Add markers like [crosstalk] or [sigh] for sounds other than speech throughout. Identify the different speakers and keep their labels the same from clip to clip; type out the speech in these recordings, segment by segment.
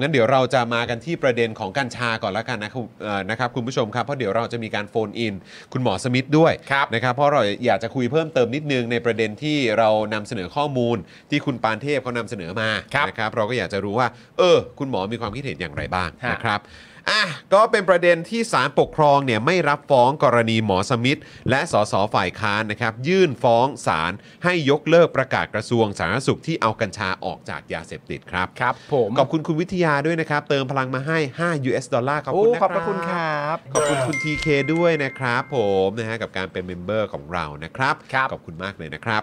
Speaker 1: งั้นเดี๋ยวเราจะมากันที่ประเด็นของกัญชาก่อนละกันนะครับเอ่อนะครับคุณผู้ชมครับเพราะเดี๋ยวเราจะมีการโฟนอิน คุณหมอสมิธด้วย
Speaker 2: ครับ
Speaker 1: นะครับเพราะเราอยากจะคุยเพิ่มเติมนิดนึงในประเด็นที่เรานำเสนอข้อมูลที่คุณปานเทพเขานำเสนอมา
Speaker 2: ครับ
Speaker 1: นะครับเราก็อยากจะรู้ว่า เออ คุณหมอมีความคิดเห็นอย่างไรบ้าง
Speaker 2: ฮะ
Speaker 1: นะครับอ่ะก็เป็นประเด็นที่ศาลปกครองเนี่ยไม่รับฟ้องกรณีหมอสมิธและสสฝ่ายค้านนะครับยื่นฟ้องศาลให้ยกเลิกประกาศกระทรวงสาธารณสุขที่เอากัญชาออกจากยาเสพติดครับ
Speaker 2: ครับผม
Speaker 1: ขอบคุณคุณวิทยาด้วยนะครับ เติมพลังมาให้ 5 US ดอลลาร์ขอบ
Speaker 2: โอ้
Speaker 1: คุณนะ
Speaker 2: ขอบพระคุณครับ
Speaker 1: ขอบคุณคุณ TK ด้วยนะครับ ผมนะฮะกับการเป็นเมมเบอร์ของเรานะครับ
Speaker 2: ครับ
Speaker 1: ขอบคุณมากเลยนะครับ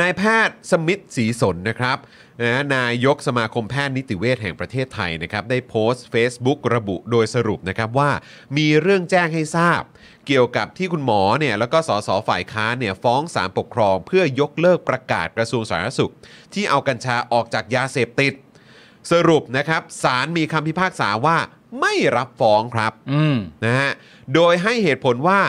Speaker 1: นายแพทย์สมิทธศรีสนนะครับนะฮะนายกสมาคมแพทย์นิติเวชแห่งประเทศไทยนะครับ ได้โพสต์ Facebook ระบุโดยสรุปนะครับว่ามีเรื่องแจ้งให้ทราบ เกี่ยวกับที่คุณหมอเนี่ยแล้วก็สสฝ่ายค้านเนี่ยฟ้องศาลปกครอง เพื่อยกเลิกประกาศกระทรวงสาธารณสุข ที่เอากัญชาออกจากยาเสพติด สรุปนะครับศาลมีคำพิพากษาว่าไม่รับฟ้องครับ
Speaker 2: อืม
Speaker 1: นะฮะ โดยให้เหตุผลว่า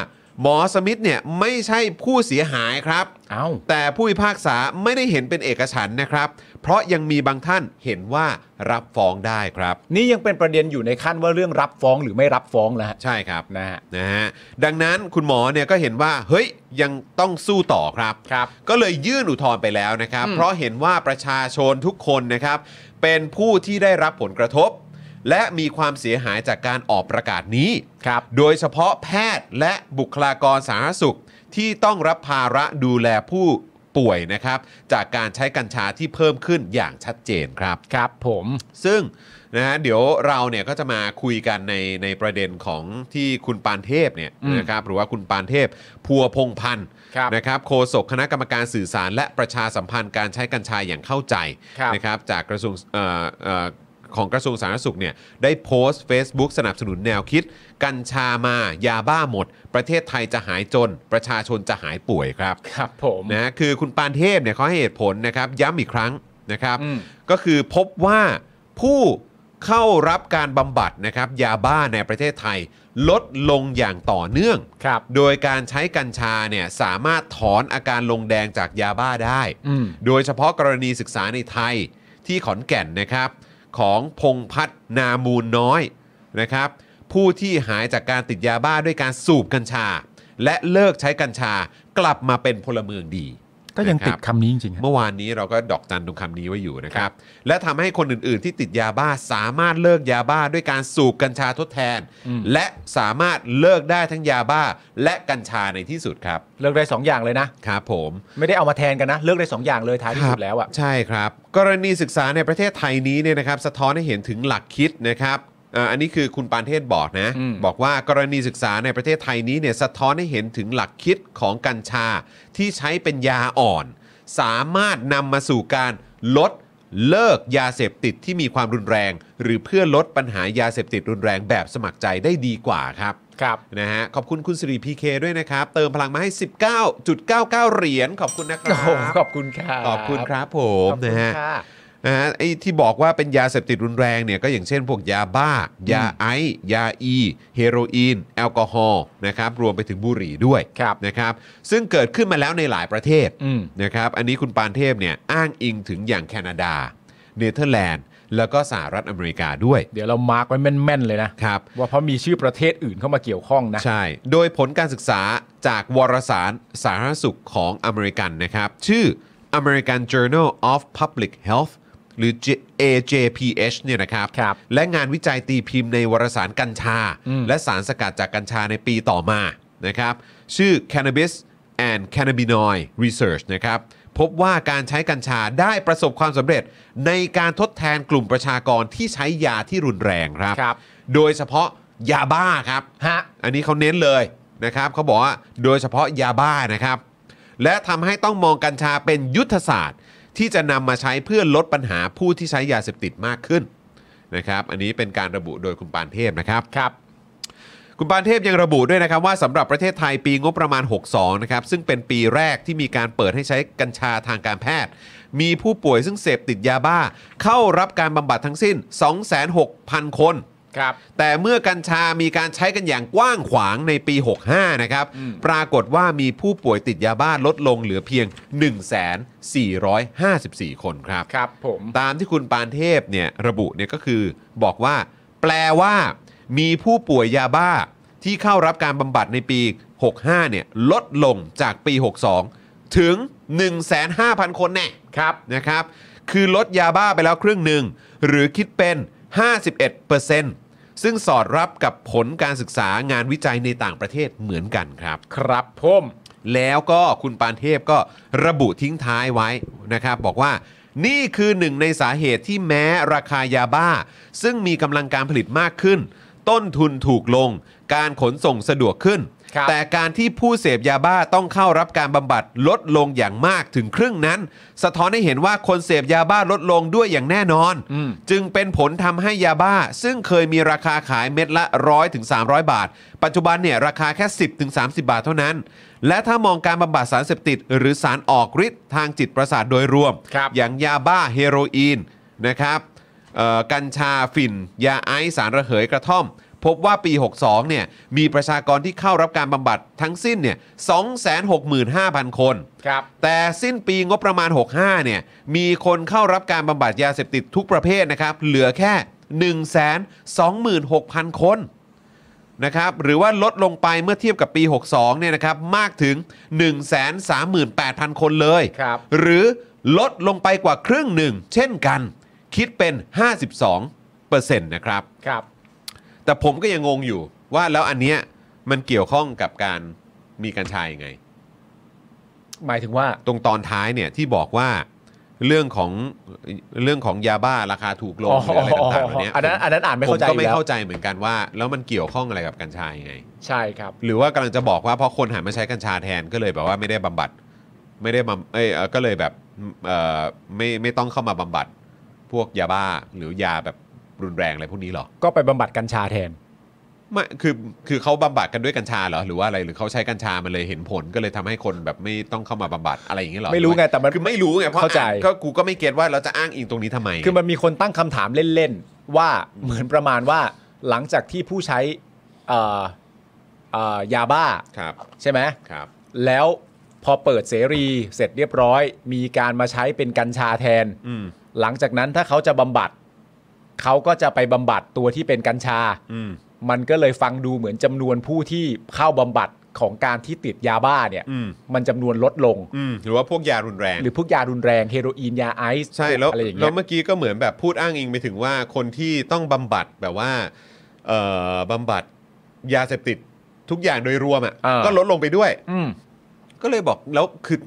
Speaker 1: หมอสมิธเนี่ยไม่ใช่ผู้เสียหายครับ
Speaker 2: เอ้า
Speaker 1: แต่ผู้พิพากษาไม่ได้เห็นเป็นเอกฉันท์นะครับ เพราะยังมีบางท่านเห็นว่ารับฟ้องได้ครับ
Speaker 2: นี่ยังเป็นประเด็นอยู่ในขั้นว่าเรื่องรับฟ้องหรือไม่รับฟ้องแล้วฮะ
Speaker 1: ใช่ครับ
Speaker 2: นะฮะ
Speaker 1: นะฮะ ดังนั้นคุณหมอเนี่ยก็เห็นว่า เฮ้ย ยังต้องสู้ต่อครับ
Speaker 2: ครับ
Speaker 1: ก็เลยยื่นอุทธรณ์ไปแล้วนะครับ เพราะเห็นว่าประชาชนทุกคนนะครับ เป็นผู้ที่ได้รับผลกระทบ และมีความเสียหายจากการออกประกาศนี้
Speaker 2: ครับ
Speaker 1: โดยเฉพาะแพทย์และบุคลากรสาธารณสุขที่ต้องรับภาระดูแลผู้ป่วยนะครับ จากการใช้กัญชาที่เพิ่มขึ้นอย่างชัดเจนครับ
Speaker 2: ครับผม
Speaker 1: ซึ่งนะฮะเดี๋ยวเราเนี่ยก็จะมาคุยกันในในประเด็นของที่คุณปานเทพเนี่ย
Speaker 2: อืม
Speaker 1: นะครับหรือว่าคุณปานเทพพัวพงพันธ์
Speaker 2: ครับ
Speaker 1: นะครับโฆษกคณะกรรมการสื่อสารและประชาสัมพันธ์การใช้กัญชายอย่างเข้าใจ
Speaker 2: ครับ
Speaker 1: นะครับจากกระทรวงเอ่อเอ่อของกระทรวงสาธารณสุขเนี่ยได้โพสต์ Facebook สนับสนุนแนวคิด กัญชามายาบ้าหมด ประเทศไทยจะหายจน ประชาชนจะหายป่วยครับ
Speaker 2: ครับผม
Speaker 1: นะคือคุณปานเทพเนี่ยเขาให้เหตุผลนะครับย้ำอีกครั้งนะครับ
Speaker 2: อืม
Speaker 1: ก็คือพบว่าผู้เข้ารับการบำบัดนะครับยาบ้าในประเทศไทย ลดลงอย่างต่อเนื่อง
Speaker 2: ครับ
Speaker 1: โดยการใช้กัญชาเนี่ยสามารถถอนอาการลงแดงจากยาบ้าได้
Speaker 2: อืม
Speaker 1: โดยเฉพาะกรณีศึกษาในไทยที่ขอนแก่นนะครับ ของพงพัฒนามูลน้อยนะครับ ผู้ที่หายจากการติดยาบ้าด้วยการสูบกัญชา และเลิกใช้กัญชากลับมาเป็นพลเมืองดี
Speaker 2: ก็ยังติด
Speaker 1: นะครับ
Speaker 2: คำนี้จริงๆฮะ
Speaker 1: เมื่อวานนี้เราก็ดอกจันตรงคำนี้ไว้อยู่นะครับ และทำให้คนอื่นๆ ที่ติดยาบ้าสามารถเลิกยาบ้าด้วยการสูบกัญชาทดแทน
Speaker 2: อืม
Speaker 1: และสามารถเลิกได้ทั้งยาบ้าและกัญชาในที่สุดครับ
Speaker 2: เลิกได้สองอย่างเลยนะ
Speaker 1: ครับผม
Speaker 2: ไม่ได้เอามาแทนกันนะ เลิกได้สองอย่างเลยท้ายที่สุดแล้วอ่ะ
Speaker 1: ใช่ครับ กรณีศึกษาในประเทศไทยนี้เนี่ยนะครับสะท้อนให้เห็นถึงหลักคิดนะครับเอ่ออันนี้คือคุณปานเทศบอกนะ
Speaker 2: อืม
Speaker 1: บอกว่ากรณีศึกษาในประเทศไทยนี้เนี่ยสะท้อนให้เห็นถึงหลักคิดของกัญชาที่ใช้เป็นยาอ่อน สามารถนำมาสู่การลดเลิกยาเสพติดที่มีความรุนแรง หรือเพื่อลดปัญหายาเสพติดรุนแรงแบบสมัครใจได้ดีกว่าครับ
Speaker 2: ครับ
Speaker 1: นะฮะขอบคุณคุณสิริพีเคด้วยนะครับ เติมพลังมาให้ 19.99 เหรียญขอบคุณนะครั
Speaker 2: โอ้โห
Speaker 1: บ
Speaker 2: ขอบคุณครับ
Speaker 1: ขอบคุณครับผ
Speaker 2: ข
Speaker 1: ม
Speaker 2: อบคุณ
Speaker 1: นะฮะ
Speaker 2: ค่ะ
Speaker 1: นะฮะไอ้ที่บอกว่าเป็นยาเสพติดรุนแรงเนี่ยก็อย่างเช่นพวกยาบ้า ยาไอซ์ยาอี เฮโรอีน แอลกอฮอล์นะครับรวมไปถึงบุหรี่ด้วย
Speaker 2: ครับ
Speaker 1: นะครับ ซึ่งเกิดขึ้นมาแล้วในหลายประเทศ
Speaker 2: อืม
Speaker 1: นะครับ อันนี้คุณปานเทพเนี่ยอ้างอิงถึงอย่างแคนาดา เนเธอร์แลนด์ แล้วก็สหรัฐอเมริกาด้วย
Speaker 2: เดี๋ยวเรามาร์กไว้แม่นๆเลยนะ
Speaker 1: ครับ
Speaker 2: ว่าเพราะมีชื่อประเทศอื่นเข้ามาเกี่ยวข้องนะ
Speaker 1: ใช่ โดยผลการศึกษาจากวารสารสาธารณสุขของอเมริกันนะครับ ชื่อ American Journal of Public Health หรือ J- AJPH เนี่ยนะครับ
Speaker 2: ครับ
Speaker 1: และงานวิจัยตีพิมพ์ในวารสารกัญชา
Speaker 2: อืม
Speaker 1: และสารสกัดจากกัญชาในปีต่อมานะครับ ชื่อ Cannabis and Cannabinoid Research นะครับ พบว่าการใช้กัญชาได้ประสบความสำเร็จในการทดแทนกลุ่มประชากรที่ใช้ยาที่รุนแรงครับ
Speaker 2: ครับ
Speaker 1: โดยเฉพาะยาบ้าครับ
Speaker 2: ฮะ
Speaker 1: อันนี้เขาเน้นเลยนะครับเขาบอกว่าโดยเฉพาะยาบ้านะครับ และทำให้ต้องมองกัญชาเป็นยุทธศาสตร์ ที่จะนำมาใช้เพื่อลดปัญหาผู้ที่ใช้ยาเสพติดมากขึ้นนะครับ อันนี้เป็นการระบุโดยคุณปานเทพนะครับ
Speaker 2: ครับ
Speaker 1: คุณปานเทพยังระบุด้วยนะครับว่าสำหรับประเทศไทยปีงบประมาณ 62 นะครับ ซึ่งเป็นปีแรกที่มีการเปิดให้ใช้กัญชาทางการแพทย์ มีผู้ป่วยซึ่งเสพติดยาบ้า เข้ารับการบำบัดทั้งสิ้น 2,600 0 คน
Speaker 2: ครับ
Speaker 1: แต่เมื่อกัญชามีการใช้กันอย่างกว้างขวางในปี 65 นะครับ
Speaker 2: อืม
Speaker 1: ปรากฏว่ามีผู้ป่วยติดยาบ้าลดลงเหลือเพียง 1,454 คนครับ
Speaker 2: ครับผม
Speaker 1: ตามที่คุณปานเทพเนี่ยระบุเนี่ยก็คือบอกว่า แปลว่า มีผู้ป่วยยาบ้าที่เข้ารับการบำบัดในปี 65 เนี่ยลดลงจากปี 62 ถึง 15,000 คนแน่
Speaker 2: ครับ
Speaker 1: นะครับ คือลดยาบ้าไปแล้วครึ่งหนึ่ง หรือคิดเป็น 51%ซึ่งสอดรับกับผลการศึกษางานวิจัยในต่างประเทศเหมือนกันครับ
Speaker 2: ครับผม
Speaker 1: แล้วก็คุณปานเทพก็ระบุทิ้งท้ายไว้นะครับ บอกว่านี่คือหนึ่งในสาเหตุที่แม้ราคายาบ้า ซึ่งมีกำลังการผลิตมากขึ้น ต้นทุนถูกลง การขนส่งสะดวกขึ้น
Speaker 2: ครับ
Speaker 1: แต่การที่ผู้เสพยาบ้าต้องเข้ารับการบำบัดลดลงอย่างมากถึงครึ่งนั้น สะท้อนให้เห็นว่าคนเสพยาบ้าลดลงด้วยอย่างแน่นอน
Speaker 2: อืม
Speaker 1: จึงเป็นผลทำให้ยาบ้า ซึ่งเคยมีราคาขายเม็ดละ 100ถึง300 บาท ปัจจุบันเนี่ยราคาแค่ 10ถึง30 บาทเท่านั้น และถ้ามองการบำบัดสารเสพติด หรือสารออกฤทธิ์ทางจิตประสาทโดยรวม
Speaker 2: ครับ
Speaker 1: อย่างยาบ้าเฮโรอีนนะครับเอ่อกัญชาฝิ่น ยาไอซ์สารระเหยกระท่อม พบว่าปี 62เนี่ยมีประชากรที่เข้ารับการบำบัดทั้งสิ้นเนี่ย265,000 คน
Speaker 2: ครับ
Speaker 1: แต่สิ้นปีงบประมาณ 65 เนี่ย มีคนเข้ารับการบำบัดยาเสพติดทุกประเภทนะครับ เหลือแค่ 126,000 คนนะครับ หรือว่าลดลงไปเมื่อเทียบกับปี 62 เนี่ยนะครับ มากถึง 138,000 คนเลย
Speaker 2: ครับ
Speaker 1: หรือลดลงไปกว่าครึ่งหนึ่ง เช่นกัน คิดเป็น 52%นะครับ
Speaker 2: ครับ
Speaker 1: แต่ผมก็ยังงงอยู่ว่าแล้วอันเนี้ยมันเกี่ยวข้องกับการมีกัญชายยังไง
Speaker 2: หมายถึงว่า
Speaker 1: ตรงตอนท้ายเนี่ยที่บอกว่าเรื่องของเรื่องของยาบ้าราคาถูกลง
Speaker 2: อ๋อ
Speaker 1: หรืออะไรต่างๆเหล่านี้
Speaker 2: อันนั้นอันนั้นอ่านไม่เข้าใจ
Speaker 1: ผมก็ไม่
Speaker 2: อยู่แล้ว
Speaker 1: เข้าใจเหมือนกันว่า แล้วมันเกี่ยวข้องอะไรกับกัญชายังไง
Speaker 2: ใช่ครับ
Speaker 1: หรือว่ากำลังจะบอกว่าเพราะคนหันมาใช้กัญชาแทนก็เลยแบบว่าไม่ได้บำบัด ไม่ได้บำเอ้ยเอ่อก็เลยแบบเอ่อไม่ไม่ต้องเข้ามาบำบัด พวกยาบ้าหรือยาแบบรุนแรงอะไรพวกนี้เหรอ
Speaker 2: ก็ไปบำบัดกัญชาแทน
Speaker 1: ไม่คือคือเขาบำบัดกันด้วยกัญชาเหรอหรือว่าอะไรหรือเขาใช้กัญชามันเลยเห็นผลก็เลยทำให้คนแบบไม่ต้องเข้ามาบำบัดอะไรอย่างเงี้ยเหรอ
Speaker 2: ไม่รู้ไงแต่มัน
Speaker 1: คือไม่รู้ไงเพราะ
Speaker 2: เข้าใจ
Speaker 1: อ่นก็กูก็ไม่เก็ตว่าเราจะอ้างอิงตรงนี้ทำไม
Speaker 2: คือมันมีคนตั้งคำถามเล่น ๆ ว่าเหมือนประมาณว่าหลังจากที่ผู้ใช้เอ่อเอ่อยาบ้า
Speaker 1: ครับ
Speaker 2: ใช่ไหม
Speaker 1: ครับ
Speaker 2: แล้วพอเปิดเสรีเสร็จเรียบร้อย มีการมาใช้เป็นกัญชาแทน
Speaker 1: อืม
Speaker 2: หลังจากนั้นถ้าเขาจะบำบัด เขาก็จะไปบำบัดตัวที่เป็นกัญชา
Speaker 1: อืม
Speaker 2: มันก็เลยฟังดูเหมือนจำนวนผู้ที่เข้าบำบัดของการที่ติดยาบ้าเนี่ย
Speaker 1: อืม
Speaker 2: มันจำนวนลดลง
Speaker 1: อืมหรือว่าพวกยารุนแรง
Speaker 2: หรือพวกยารุนแรงเฮโรอีนยาไอซ์
Speaker 1: ใช่แล้ว
Speaker 2: อะไรอย่าง
Speaker 1: แล้
Speaker 2: เงี้
Speaker 1: วย เมื่อกี้ก็เหมือนแบบพูดอ้างอิงไปถึงว่าคนที่ต้องบำบัดแบบว่าเอ่อบำบัดยาเสพติดทุกอย่างโดยรวมอ่ะ
Speaker 2: อ่า
Speaker 1: ก็ลดลงไปด้วย
Speaker 2: อืม
Speaker 1: ก็เลยบอกแล้วคือ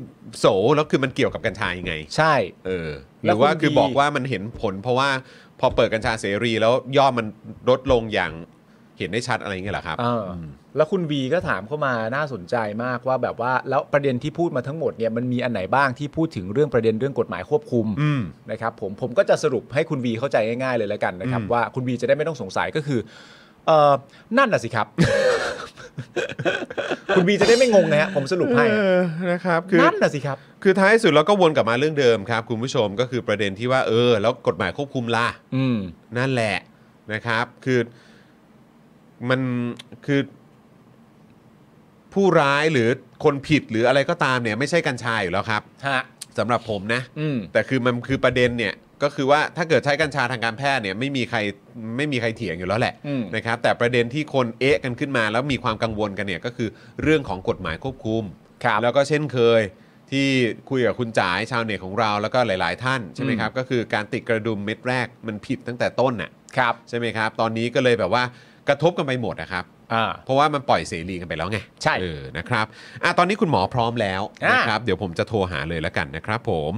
Speaker 1: โสแล้วคือมันเกี่ยวกับกัญชายังไง
Speaker 2: ใช่
Speaker 1: เออห
Speaker 2: แล้
Speaker 1: รื
Speaker 2: ว
Speaker 1: อว่า
Speaker 2: คุณ
Speaker 1: คือ
Speaker 2: ดี
Speaker 1: บอกว่ามันเห็นผล เพราะว่าพอเปิดกัญชาเสรีแล้วยอดมันลดลงอย่างเห็นได้ชัดอะไรอย่างเงี้ยเหรอครับ
Speaker 2: เอออแล้วคุณวีก็ถามเข้ามาน่าสนใจมากว่าแบบว่าแล้วประเด็นที่พูดมาทั้งหมดเนี่ยมันมีอันไหนบ้างที่พูดถึงเรื่องประเด็นเรื่องกฎหมายควบคุม
Speaker 1: อืม
Speaker 2: นะครับผมผมก็จะสรุปให้คุณวีเข้าใจง่ายๆเลยแล้วกันนะครับ
Speaker 1: อืม
Speaker 2: ว่าคุณวีจะได้ไม่ต้องสงสัยก็คือเออนั่นน่ะสิครับ [laughs] คุณวีจะได้ไม่งงนะฮะผมสรุปให้
Speaker 1: เออนะครับคือ
Speaker 2: นั่นน่ะสิครับ
Speaker 1: คือท้ายสุดเราก็วนกลับมาเรื่องเดิมครับ คุณผู้ชมก็คือประเด็นที่ว่าเออ แล้วกฎหมายควบคุมล่ะ
Speaker 2: อืม
Speaker 1: นั่นแหละนะครับ คือมันคือ ผู้ร้ายหรือคนผิดหรืออะไรก็ตามเนี่ย ไม่ใช่กัญชาอยู่แล้วครับ
Speaker 2: ฮะ
Speaker 1: สำหรับผมนะ
Speaker 2: อืม
Speaker 1: แต่คือมันคือประเด็นเนี่ยก็คือว่าถ้าเกิดใช้กัญชาทางการแพทย์เนี่ยไม่มีใครไม่มีใครเถียงอยู่แล้วแหละ
Speaker 2: อืม
Speaker 1: นะครับ แต่ประเด็นที่คนเอ๊ะกันขึ้นมาแล้วมีความกังวลกันเนี่ยก็คือเรื่องของกฎหมายควบคุม
Speaker 2: ครับ
Speaker 1: แล้วก็เช่นเคยที่คุยกับคุณจ๋ายชาวเน็ตของเราแล้วก็หลาย ๆ ท่านใช่ไหมครับ ก็คือการติดกระดุมเม็ดแรกมันผิดตั้งแต่ต้นน่ะ
Speaker 2: ครับ
Speaker 1: ใช่ไหมครับ ตอนนี้ก็เลยแบบว่ากระทบกันไปหมดนะครับ
Speaker 2: อ่า
Speaker 1: เพราะว่ามันปล่อยเสรีกันไปแล้วไง
Speaker 2: ใช่
Speaker 1: เออนะครับอ่ะตอนนี้คุณหมอพร้อมแล้ว
Speaker 2: อ่ะ
Speaker 1: นะครับ เดี๋ยวผมจะโทรหาเลยแล้วกันนะครับผม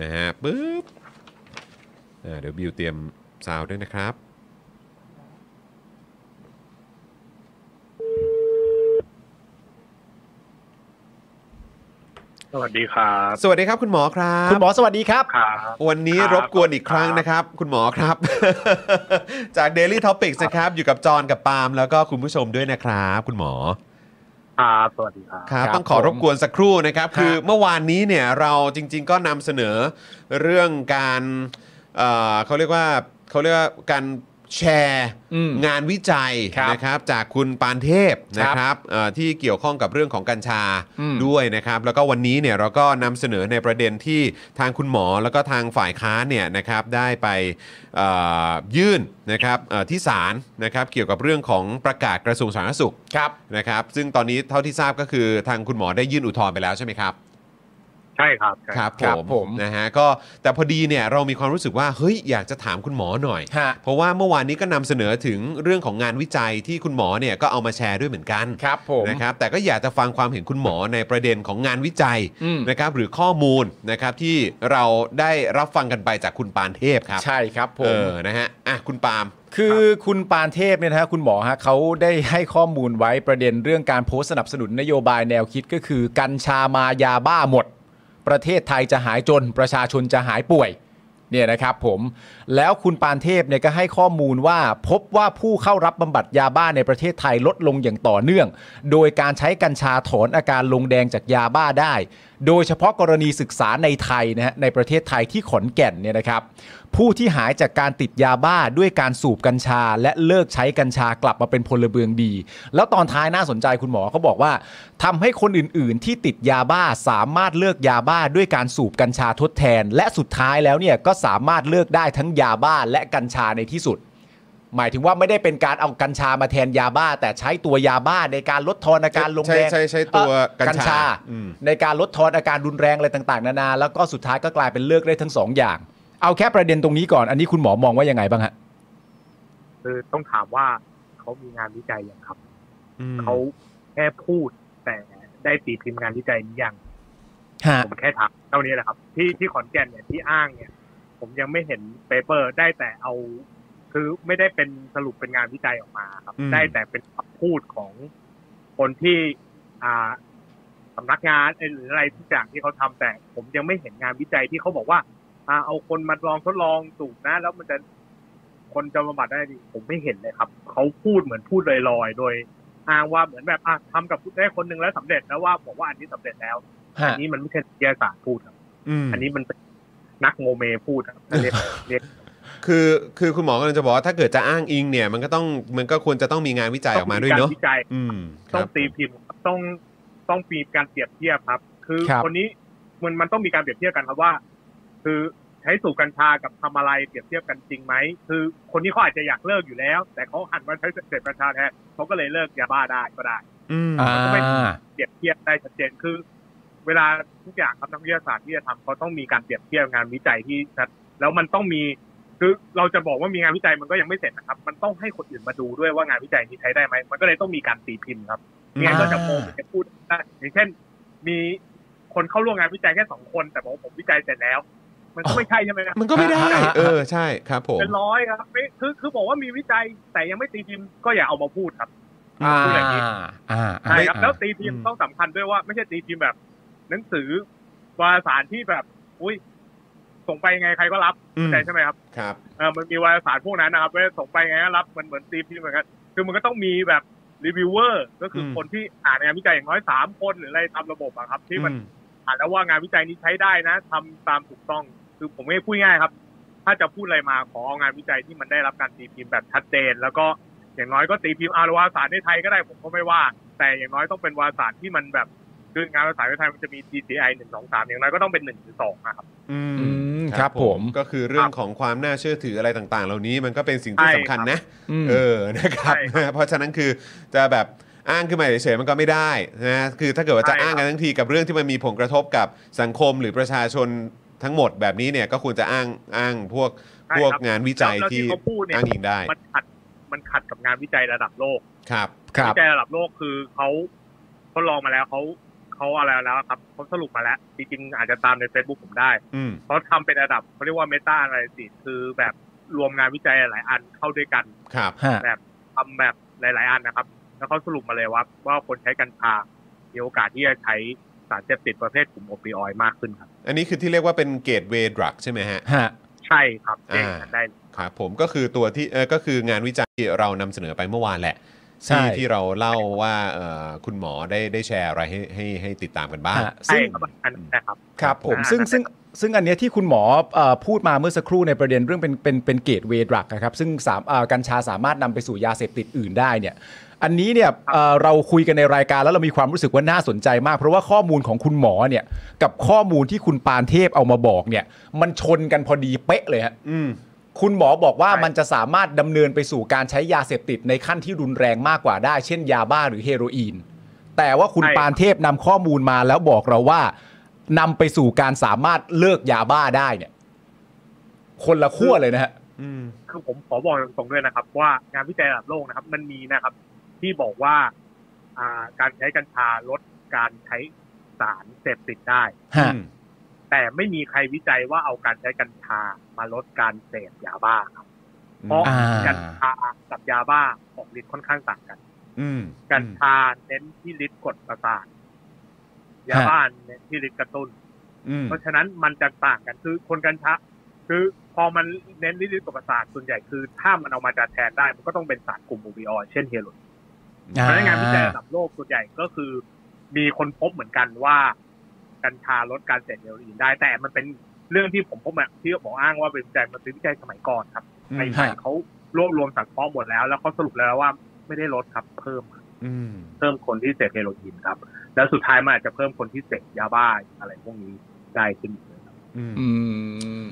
Speaker 1: นะฮะปึ๊บอ่าเดี๋ยวบิวเตรียมซาวด์ด้วยนะครับ
Speaker 3: สวัสดีครับ
Speaker 1: สวัสดีครับคุณหมอครับ
Speaker 2: คุณหมอสวัสดีครับ
Speaker 3: ครับ
Speaker 1: วันนี้
Speaker 3: ครับ
Speaker 1: รบกวนอีก
Speaker 3: ค
Speaker 1: ค
Speaker 3: รับ
Speaker 1: รั้งนะครับ คุณหมอครับ [laughs] จาก Daily Topics นะครับ อยู่กับจอห์นกับปาล์มแล้วก็คุณผู้ชมด้วยนะครับ คุณหมอ
Speaker 3: ครับ สวัสดีครับ
Speaker 1: ครับ
Speaker 2: ครับ
Speaker 1: ต้องขอรบกวนสักครู่นะครับ
Speaker 2: ครับ
Speaker 1: คือเมื่อวานนี้เนี่ยเราจริง ๆ ก็นำเสนอเรื่องการเอ่อเขาเรียกว่าเขาเรียกว่าการ แชร์
Speaker 2: อืม
Speaker 1: งานวิจัย
Speaker 2: ครับ
Speaker 1: นะครับจากคุณปานเทพนะครับเอ่อที่เกี่ยวข้องกับเรื่องของกัญชา
Speaker 2: อืม
Speaker 1: ด้วยนะครับ แล้วก็วันนี้เนี่ยเราก็นำเสนอในประเด็นที่ทางคุณหมอแล้วก็ทางฝ่ายค้านเนี่ยนะครับได้ไปเอ่อยื่นนะครับเอ่อที่ศาลนะครับเกี่ยวกับเรื่องของประกาศกระทรวงสาธารณสุข
Speaker 2: ครับ
Speaker 1: นะครับ ซึ่งตอนนี้เท่าที่ทราบก็คือทางคุณหมอได้ยื่นอุทธรณ์ไปแล้วใช่ไหมครับ
Speaker 3: ใช่ครับใช่
Speaker 1: ครับ
Speaker 2: ครับ
Speaker 1: ผ
Speaker 2: ผม ม
Speaker 1: นะฮะก็แต่พอดีเนี่ยเรามีความรู้สึกว่าเฮ้ยอยากจะถามคุณหมอหน่อย
Speaker 2: ฮะ
Speaker 1: เพราะว่าเมื่อวานนี้ก็นำเสนอถึงเรื่องของงานวิจัยที่คุณหมอเนี่ยก็เอามาแชร์ด้วยเหมือนกัน
Speaker 2: ครับผม
Speaker 1: นะครับแต่ก็อยากจะฟังความเห็นคุณหมอในประเด็นของงานวิจัย
Speaker 2: อืม
Speaker 1: นะครับหรือข้อมูลนะครับที่เราได้รับฟังกันไปจากคุณปานเทพครับ
Speaker 2: ใช่ครับผ
Speaker 1: เอ
Speaker 2: ม
Speaker 1: อนะฮะอ่ะคุณปาล์ม
Speaker 2: คือคุณปานเทพเนี่ยนะฮะคุณหมอฮะเขาได้ให้ข้อมูลไว้ประเด็นเรื่องการโพสต์สนับสนุนนโยบายแนวคิดก็คือ กัญชามายาบ้าหมด ประเทศไทยจะหายจน ประชาชนจะหายป่วยเนี่ยนะครับผมแล้วคุณปานเทพเนี่ยก็ให้ข้อมูลว่าพบว่าผู้เข้ารับบำบัดยาบ้าในประเทศไทยลดลงอย่างต่อเนื่อง โดยการใช้กัญชาถอนอาการลงแดงจากยาบ้าได้ โดยเฉพาะกรณีศึกษาในไทยนะฮะในประเทศไทยที่ขอนแก่นเนี่ยนะครับ ผู้ที่หายจากการติดยาบ้าด้วยการสูบกัญชา และเลิกใช้กัญชากลับมาเป็นพลเมืองดี แล้วตอนท้ายน่าสนใจคุณหมอเขาบอกว่าทำให้คนอื่นๆ ที่ติดยาบ้าสามารถเลิกยาบ้าด้วยการสูบกัญชาทดแทน และสุดท้ายแล้วเนี่ยก็สามารถเลิกได้ทั้งยาบ้าและกัญชาในที่สุด หมายถึงว่าไม่ได้เป็นการเอากัญชามาแทนยาบ้า แต่ใช้ตัวยาบ้าในการลดทอนอาการลงแรง
Speaker 1: ใช้ใช้ใช้ตัว
Speaker 2: เอ่อ
Speaker 1: กัญชา
Speaker 2: กัญชา
Speaker 1: อืม
Speaker 2: ในการลดทอนอาการรุนแรงอะไรต่าง ๆ นานา แล้วก็สุดท้ายก็กลายเป็นเลิกได้ทั้งสองอย่าง เอาแค่ประเด็นตรงนี้ก่อน อันนี้คุณหมอมองว่ายังไงบ้างฮะ
Speaker 3: คือต้องถามว่าเขามีงานวิจัยยังครับ
Speaker 1: อืม
Speaker 3: เขาแค่พูดแต่ได้ตีพิมพ์งานวิจัยหรือยัง
Speaker 2: ฮะ
Speaker 3: ผมแค่ถามเท่านี้แหละครับ ที่ที่ขอนแก่นเนี่ยที่อ้างเนี่ย ผมยังไม่เห็นเปเปอร์ได้แต่เอา คือไม่ได้เป็นสรุปเป็นงานวิจัยออกมาครับ
Speaker 1: อืม
Speaker 3: ได้แต่เป็นคำพูดของคนที่อ่าสำนักงานเอ่อหรืออะไรทุกอย่างที่เขาทำแต่ผมยังไม่เห็นงานวิจัยที่เขาบอกว่า อ่าเอาคนมาลองทดลองสูบนะ แล้วมันจะคนจะบำบัดได้ดีผมไม่เห็นเลยครับ เขาพูดเหมือนพูดลอยๆ โดยอ้างว่าเหมือนแบบอ่ะทำกับได้คนหนึ่งแล้วสำเร็จแล้วว่าบอกว่าอันนี้สำเร็จแล้ว
Speaker 2: ฮะ
Speaker 3: อันนี้มันไม่ใช่วิทยาศาสตร์พูดครับ
Speaker 1: ม
Speaker 3: อันนี้มันเป็นนักโมเมพูดครับเรียกเรียก
Speaker 1: คือคือคุณหมอกำลังจะบอกว่าถ้าเกิดจะอ้างอิงเนี่ยมันก็ต้องมันก็ควรจะต้องมีงานวิจัยออกมาด้วยเนาะ
Speaker 3: ต้องวิจัย
Speaker 1: อืมค
Speaker 3: ต้
Speaker 1: รั
Speaker 3: อบ งตีพิมพ์ครับต้องต้องมีการเปรียบเทียบครับ คือ
Speaker 2: ครับ
Speaker 3: คนนี้มันมันต้องมีการเปรียบเทียบกันครับว่า คือใช้สูบกัญชากับทำอะไรเปรียบเทียบกันจริงไหมคือ คนนี้เขาอาจจะอยากเลิกอยู่แล้ว แต่เขาหันมาใช้เสพกัญชาแทนเขาก็เลยเลิกยาบ้าได้ก็ได้
Speaker 1: อืม
Speaker 2: อ่า
Speaker 3: เปรียบเทียบได้ชัดเจนคือ เวลาทุกอย่างครับนักวิทยาศาสตร์ที่จะทำเขาต้องมีการเปรียบเทียบงานวิจัยที่ชัดแล้วมันต้องมีคือเราจะบอกว่ามีงานวิจัยมันก็ยังไม่เสร็จนะครับ มันต้องให้คนอื่นมาดูด้วยว่างานวิจัยนี้ใช้ได้ไหมมันก็เลยต้องมีการตีพิมพ์ครับไม่งั้น
Speaker 2: อ่า
Speaker 3: ก็จะโมจะพูดได้อย่างเช่น มีคนเข้าร่วมงานวิจัยแค่สองคน แต่บอกว่าผมวิจัยเสร็จแล้ว มันก็ไม่ใช่ใช่ไหมครับ
Speaker 1: มันก็ไม่ได้
Speaker 2: อ่า
Speaker 1: เออ ใช่ครับผม
Speaker 3: เป็นร้อยครับไม่คือคือบอกว่ามีวิจัยแต่ยังไม่ตีพิมพ์ก็อย่าเอามาพูดครับ
Speaker 2: อ่า
Speaker 3: พูดอย่างนี้
Speaker 2: อ่า
Speaker 3: ใช่ครับ
Speaker 2: อ่า
Speaker 3: แล้วตีพิมพ์
Speaker 1: อืม
Speaker 3: ต้องสำคัญด้วยว่าไม่ใช่ตีพิมพ์แบบ หนังสือวารสารที่แบบ อุ้ยส่งไปยังไงใครก็รับ
Speaker 1: อืม
Speaker 3: ใช่ใช่ไหมครับ
Speaker 1: ครับ
Speaker 3: เออมันมีวารสารพวกนั้นนะครับว่าส่งไปยังไงก็รับมันเหมือนตีพิมพ์เหมือนกันคือมันก็ต้องมีแบบรีวิวเวอร์ก็คืออ
Speaker 1: ม
Speaker 3: คนที่อ่านงานวิจัยอย่างน้อยสามคนหรืออะไรตามระบบอะครับ ที่มัน
Speaker 1: อืม
Speaker 3: อ่านแล้วว่างานวิจัยนี้ใช้ได้นะทำตามถูกต้อง คือผมไม่พูดง่ายครับ ถ้าจะพูดอะไรมาขอเอางานวิจัยที่มันได้รับการตีพิมพ์แบบชัดเจน แล้วก็อย่างน้อยก็ตีพิมพ์อารวาสารในไทยก็ได้ผมก็ไม่ว่า แต่อย่างน้อยต้องเป็นวารสารที่มันแบบคืองานวารสารในไทยมันจะมี GCI หนึ่งสองสามอย่างน้อยก็ต้องเป็นหนึ่งหรือสองครับ
Speaker 1: อืม
Speaker 2: อืมครับผม
Speaker 1: ก็คือเรื่องของความน่าเชื่อถืออะไรต่าง ๆ เหล่านี้มันก็เป็นสิ่งที่
Speaker 3: ใช่
Speaker 1: สำคัญนะ
Speaker 2: อืม
Speaker 1: เออ นะครับ
Speaker 3: ใช่ครับ
Speaker 1: นะเพราะฉะนั้นคือจะแบบอ้างขึ้นมาเฉยๆมันก็ไม่ได้นะ คือถ้าเกิดว่าจะ
Speaker 3: ใช่ครับ
Speaker 1: อ้างกันทั้งทีกับเรื่องที่มันมีผลกระทบกับสังคมหรือประชาชนทั้งหมดแบบนี้เนี่ยก็ควรจะอ้างอ้างพวก
Speaker 3: ใช่
Speaker 1: พวก
Speaker 3: ครับ
Speaker 1: งานวิจัย
Speaker 3: แล้วแล้วที่
Speaker 1: ที่
Speaker 3: เขาพูดเนี่ย
Speaker 1: อ้างอิงได้
Speaker 3: มันขัดมันขัดกับงานวิจัยระดับโลก
Speaker 1: ครับ
Speaker 2: ครับ
Speaker 3: วิจัยระดับโลกคือเขาทดลองมาแล้วเขาเขาอะไรแล้วครับเขาสรุปมาแล้ว จริงๆอาจจะตามใน Facebook ผมได้
Speaker 1: อืม
Speaker 3: เขาทำเป็นระดับเขาเรียกว่าเมตาอะไรสิคือแบบรวมงานวิจัยหลายอันเข้าด้วยกัน
Speaker 1: ครับ
Speaker 2: ฮะ
Speaker 3: ทำแบบหลาย ๆ อันนะครับ แล้วเขาสรุปมาเลยว่าว่าคนใช้กัญชามีโอกาสที่จะใช้สารเสพติดประเภทกลุ่มโอปิออยด์มากขึ้นครับ
Speaker 1: อันนี้คือที่เรียกว่าเป็นเกตเวย์ดรักใช่ไหมฮะ
Speaker 2: ฮะ
Speaker 3: ใช่ครับ
Speaker 1: อ่า
Speaker 3: เจ๊งกันได้
Speaker 1: ครับผมก็คือตัวที่เออก็คืองานวิจัยที่เรานำเสนอไปเมื่อวานแหละ
Speaker 2: ใช่
Speaker 1: ที่ที่เราเล่าว่าเอ่อคุณหมอได้ได้แชร์อะไรให้ให้ให้ติดตามกันบ้าง
Speaker 2: ฮะ
Speaker 3: ใช่
Speaker 2: ซึ่ง
Speaker 3: ครับอันนั้นนะครับ
Speaker 2: ครับผม
Speaker 3: อ่า
Speaker 2: ซึ่ง
Speaker 3: นะครับ
Speaker 2: ซึ่งซึ่งอันเนี้ยที่คุณหมอเอ่อพูดมาเมื่อสักครู่ในประเด็นเรื่องเป็นเป็นเป็นเกตเวดรักนะครับซึ่งสามเอ่อกัญชาสามารถนำไปสู่ยาเสพติดอื่นได้เนี่ยอันนี้เนี่ยเอ่อเราคุยกันในรายการแล้วเรามีความรู้สึกว่าน่าสนใจมาก เพราะว่าข้อมูลของคุณหมอเนี่ยกับข้อมูลที่คุณปานเทพเอามาบอกเนี่ยมันชนกันพอดีเป๊ะเลยฮะ
Speaker 1: อืม
Speaker 2: คุณหมอบอกว่า
Speaker 3: ใช่
Speaker 2: มันจะสามารถดำเนินไปสู่การใช้ยาเสพติดในขั้นที่รุนแรงมากกว่าได้ เช่นยาบ้าหรือเฮโรอีน แต่ว่าคุณ
Speaker 3: ใช่
Speaker 2: ปานเทพนำข้อมูลมาแล้วบอกเราว่านำไปสู่การสามารถเลิกยาบ้าได้เนี่ย คนละขั้วเลยนะฮะ
Speaker 1: อืม
Speaker 3: คือผมขอบอกตรงๆด้วยนะครับ ว่างานวิจัยระดับโลกนะครับ มันมีนะครับ ที่บอกว่าอ่าการใช้กัญชาลดการใช้สารเสพติดได้
Speaker 2: ฮะ
Speaker 3: แต่ไม่มีใครวิจัยว่าเอาการใช้กัญชามาลดการเสพยาบ้าครับเพราะ
Speaker 2: อ่า
Speaker 3: กัญชากับยาบ้าออกฤทธิ์ค่อนข้างต่างกัน
Speaker 1: อืม
Speaker 3: กัญชาเน้นที่ฤทธิ์กดประสาทยาบ้าเน้นที่ฤทธิ์กระตุ้น
Speaker 1: อืม
Speaker 3: เพราะฉะนั้นมันจะต่างกันคือคนกัญชาคือพอมันเน้นฤทธิ์กดประสาทส่วนใหญ่คือ ถ้ามันเอามาจัดแทนได้ มันก็ต้องเป็นสารกลุ่มโอปิออยด์เช่นเฮโรอีน
Speaker 2: อ่า
Speaker 3: พนักงานวิจัยระดับโลกส่วนใหญ่ก็คือ มีคนพบเหมือนกันว่ากัญชาลดการเสพเฮโรอีนได้ แต่มันเป็นเรื่องที่ผมพบอะที่หมออ้างว่าเป็นวิจัยมันเป็นวิจัยสมัยก่อนครับ
Speaker 1: อื
Speaker 3: ใน
Speaker 1: ม
Speaker 3: ไทยเขารวบรวมสังเคราะห์หมดแล้ว แล้วเขาสรุปแล้วว่าไม่ได้ลดครับเพิ่ม
Speaker 1: อืม
Speaker 3: เพิ่มคนที่เสพเฮโรอีนครับ แล้วสุดท้ายมันอาจจะเพิ่มคนที่เสพยาบ้าอะไรพวกนี้ได้ขึ้นอีกนะครับ
Speaker 1: อืม
Speaker 2: อืม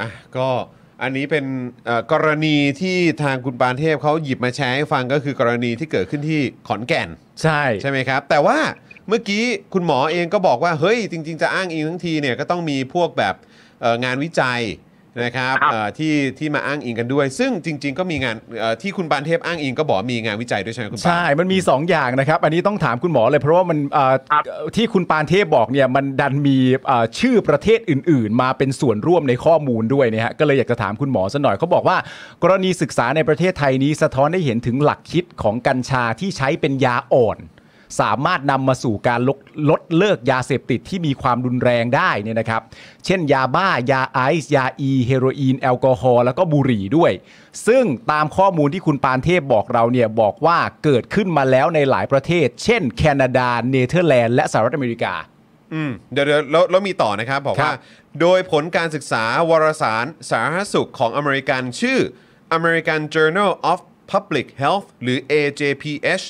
Speaker 1: อ่ะก็อันนี้เป็นเอ่อกรณีที่ทางคุณปานเทพเขาหยิบมาแชร์ให้ฟังก็คือกรณีที่เกิดขึ้นที่ขอนแก่น
Speaker 2: ใช่
Speaker 1: ใช่ไหมครับ แต่ว่าเมื่อกี้คุณหมอเองก็บอกว่า เฮ้ย จริง ๆ จะอ้างอิงทั้งทีเนี่ยก็ต้องมีพวกแบบเอ่องานวิจัยนะครับ
Speaker 3: ครับ
Speaker 1: เอ่อที่ที่มาอ้างอิงกันด้วย ซึ่งจริง ๆ ก็มีงานเอ่อที่คุณปานเทพอ้างอิงก็บอกมีงานวิจัยด้วยใช่ไหมคุณปาน
Speaker 2: ใช่ มันมี 2 อย่างนะครับ อันนี้ต้องถามคุณหมอเลยเพราะว่ามันเอ่อ
Speaker 3: ครับ
Speaker 2: ที่คุณปานเทพบอกเนี่ยมันดันมีเอ่อชื่อประเทศอื่น ๆ มาเป็นส่วนร่วมในข้อมูลด้วยเนะฮะก็เลยอยากจะถามคุณหมอสักหน่อยเขาบอกว่า กรณีศึกษาในประเทศไทยนี้สะท้อนให้เห็นถึงหลักคิดของกัญชาที่ใช้เป็นยาอ่อน สามารถนำมาสู่การลดลดเลิกยาเสพติดที่มีความรุนแรงได้เนี่ยนะครับ เช่นยาบ้ายาไอซ์ยาอีเฮโรอีน แอลกอฮอล์แล้วก็บุหรี่ด้วย ซึ่งตามข้อมูลที่คุณปานเทพบอกเราเนี่ยบอกว่าเกิดขึ้นมาแล้วในหลายประเทศ เช่น แคนาดา เนเธอร์แลนด์ และสหรัฐอเมริกา
Speaker 1: อืมเดี๋ยวเดี๋ยวแล้วแล้วมีต่อนะครับ บอกว่า
Speaker 2: ครับ
Speaker 1: โดยผลการศึกษาวารสารสาธารณสุขของอเมริกันชื่อ American Journal of Public Health หรือ AJPH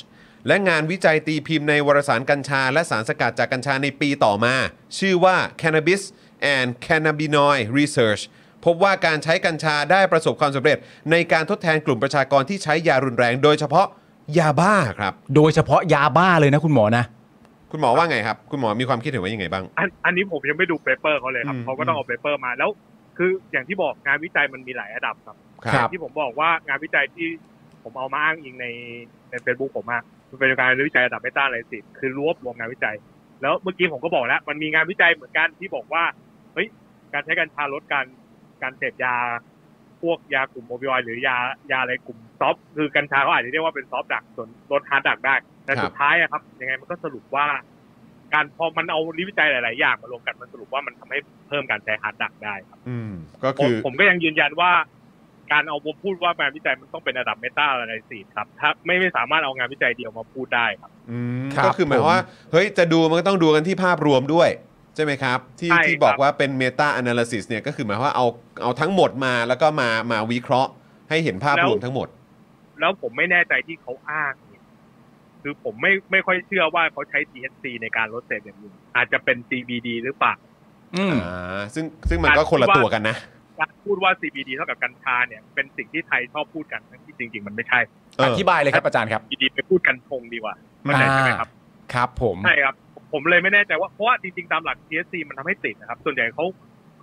Speaker 1: และงานวิจัยตีพิมพ์ในวารสารกัญชา และสารสกัดจากกัญชาในปีต่อมา ชื่อว่า Cannabis and Cannabinoid Research พบว่าการใช้กัญชาได้ประสบความสำเร็จ ในการทดแทนกลุ่มประชากรที่ใช้ยารุนแรง โดยเฉพาะยาบ้าครับ
Speaker 2: โดยเฉพาะยาบ้าเลยนะคุณหมอนะ
Speaker 1: คุณหมอว่าไงครับ คุณหมอมีความคิดเห็นว่ายังไงบ้าง
Speaker 3: อันอันนี้ผมยังไม่ดูเปเปอร์เขาเลยครั
Speaker 1: อื
Speaker 3: บ
Speaker 1: ม
Speaker 3: เขาก็ต้องเอาเปเปอร์มาแล้ว คืออย่างที่บอกงานวิจัยมันมีหลายระดับครับ
Speaker 2: ค
Speaker 3: อ
Speaker 2: รั
Speaker 3: ย่า
Speaker 2: บ
Speaker 3: งที่ผมบอกว่างานวิจัยที่ผมเอามาอ้างอิงในในเฟซบุ๊กผมอะมันเป็นการวิจัยระดับเมตาไลซิสคือรวบรวมงานวิจัย แล้วเมื่อกี้ผมก็บอกแล้วมันมีงานวิจัยเหมือนกันที่บอกว่าเฮ้ยการใช้กัญชาลดการการเสพยา พวกยากลุ่มโอปิออยด์หรือยายาอะไรกลุ่มซอฟต์คือกัญชาเขาอาจจะเรียกว่าเป็นซอฟต์ดักส่วนลดฮาร์ดดักได้ แต่
Speaker 1: ครับ
Speaker 3: สุดท้ายอะครับยังไงมันก็สรุปว่า การพอมันเอานิวิจัยหลาย ๆ อย่างมารวมกันมันสรุปว่ามันทำให้เพิ่มการใช้ฮาร์ดดักได้ครับ
Speaker 1: อืมก็
Speaker 3: ผม
Speaker 1: คือ
Speaker 3: ผมก็ยังยืนยันว่า การเอามาพูดว่างานวิจัยมันต้องเป็นระดับเมตาอะไรสิครับ ถ้าไม่ไม่สามารถเอางานวิจัยเดียวมาพูดได้ครับ
Speaker 1: อืม
Speaker 2: ครับ
Speaker 1: ก็คือหมายความว่าเฮ้ยจะดูมันก็ต้องดูกันที่ภาพรวมด้วย ใช่ไหมครับ ที่
Speaker 3: ใช่ครับ
Speaker 1: ที่บอกว่าเป็น Meta Analysis เนี่ยก็คือหมายความว่าเอาเอาทั้งหมดมาแล้วก็มามาวิเคราะห์ ให้เห็นภาพรวมทั้งหมด
Speaker 3: แล้วผมไม่แน่ใจที่เขาอ้างเนี่ยคือผมไม่ไม่ค่อยเชื่อว่าเขาใช้ THC ในการลดเสพอย่างอื่นอาจจะเป็น CBD หรือเปล่า
Speaker 1: อ่า ซึ่งซึ่งมันก็คนละตัวกันนะ
Speaker 3: การพูดว่า CBD เท่ากับกัญชาเนี่ยเป็นสิ่งที่ไทยชอบพูดกันทั้งที่จริง ๆ มันไม่ใช่
Speaker 1: เออ
Speaker 2: ธิบายเลยครับอาจารย์ครับ
Speaker 3: CBD ไปพูดกันชงดีกว่าเข้าใจใช่ไหมครับ
Speaker 2: ครับผม
Speaker 3: ใช่ครับ ผมเลยไม่แน่ใจว่าเพราะว่าจริงๆ ตามหลัก THC มันทำให้ติดนะครับ ส่วนใหญ่เขา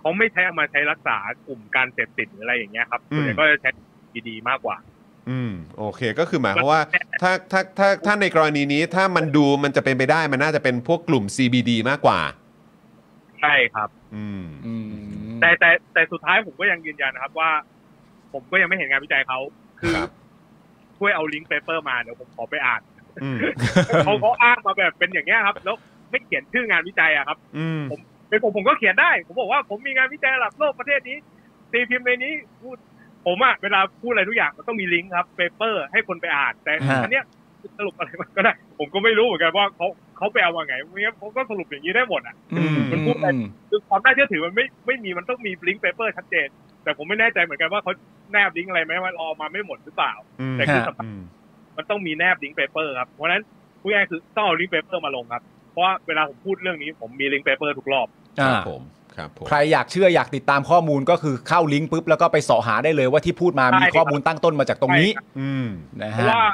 Speaker 3: เขาไม่ใช้เอามาใช้รักษากลุ่มการเสพติดหรืออะไรอย่างเงี้ยครับ
Speaker 1: อืม
Speaker 3: ส่วนใหญ่ก็จะใช้ CBD มากกว่า
Speaker 1: อืมโอเคก็คือหมายความว่าถ้าถ้าถ้าถ้าในกรณีนี้ถ้ามันดูมันจะเป็นไปได้มันน่าจะเป็นพวกกลุ่ม CBD มากกว่า
Speaker 3: ใช่ครับ
Speaker 1: อืม
Speaker 2: อืม
Speaker 3: แต่แต่แต่สุดท้ายผมก็ยังยืนยันนะครับว่า ผมก็ยังไม่เห็นงานวิจัยเขาคือ
Speaker 1: ครับ
Speaker 3: ช่วยเอาลิงก์เปเปอร์มาเดี๋ยวผมขอไป [laughs] อ่าน
Speaker 1: อืม
Speaker 3: เขาเขาอ้างมาแบบเป็นอย่างเงี้ยครับ แล้วไม่เขียนชื่องานวิจัยอะครับ
Speaker 1: อืม
Speaker 3: เป็นผมผมก็เขียนได้ ผมบอกว่าผมมีงานวิจัยระดับโลกประเทศนี้ตีพิมพ์ในนี้พูดผมอะเวลาพูดอะไรทุกอย่างมันต้องมีลิงก์ครับเปเปอร์ให้คนไปอ่านแต่
Speaker 2: ฮะ
Speaker 3: อันเนี้ย สรุปอะไรมาก็ได้ ผมก็ไม่รู้เหมือนกันว่าเขาเขาไปเอามาไงเนี่ยผมก็สรุปอย่างนี้ได้หมดอ่ะ
Speaker 2: อืม
Speaker 3: มันพูดไป
Speaker 2: อืม
Speaker 3: คือความน่าเชื่อถือมันไม่ไม่มีมันต้องมีลิงก์เปเปอร์ชัดเจน แต่ผมไม่แน่ใจเหมือนกันว่าเขาแนบลิงก์อะไรไหมว่าเอามาไม่หมดหรือเปล่า
Speaker 1: อืม
Speaker 3: แต่คือสำคัญ
Speaker 1: อืม
Speaker 3: มันต้องมีแนบลิงก์เปเปอร์ครับเพราะฉะนั้นพูดง่ายๆคือต้องเอาลิงก์เปเปอร์มาลงครับ เพราะว่าเวลาผมพูดเรื่องนี้ผมมีลิงก์เปเปอร์ทุกรอบ
Speaker 1: ค
Speaker 2: อ่า
Speaker 1: รับผมครับผม
Speaker 2: ใครอยากเชื่ออยากติดตามข้อมูลก็คือเข้าลิงก์ปุ๊บแล้วก็ไปเสาะหาได้เลยว่าที่พูดมา
Speaker 3: ใช่
Speaker 2: มีข้อมูลตั้งต้นมาจากตรงนี้
Speaker 1: อืม
Speaker 2: นะ
Speaker 3: เพ
Speaker 2: ฮะ
Speaker 3: ราะว่า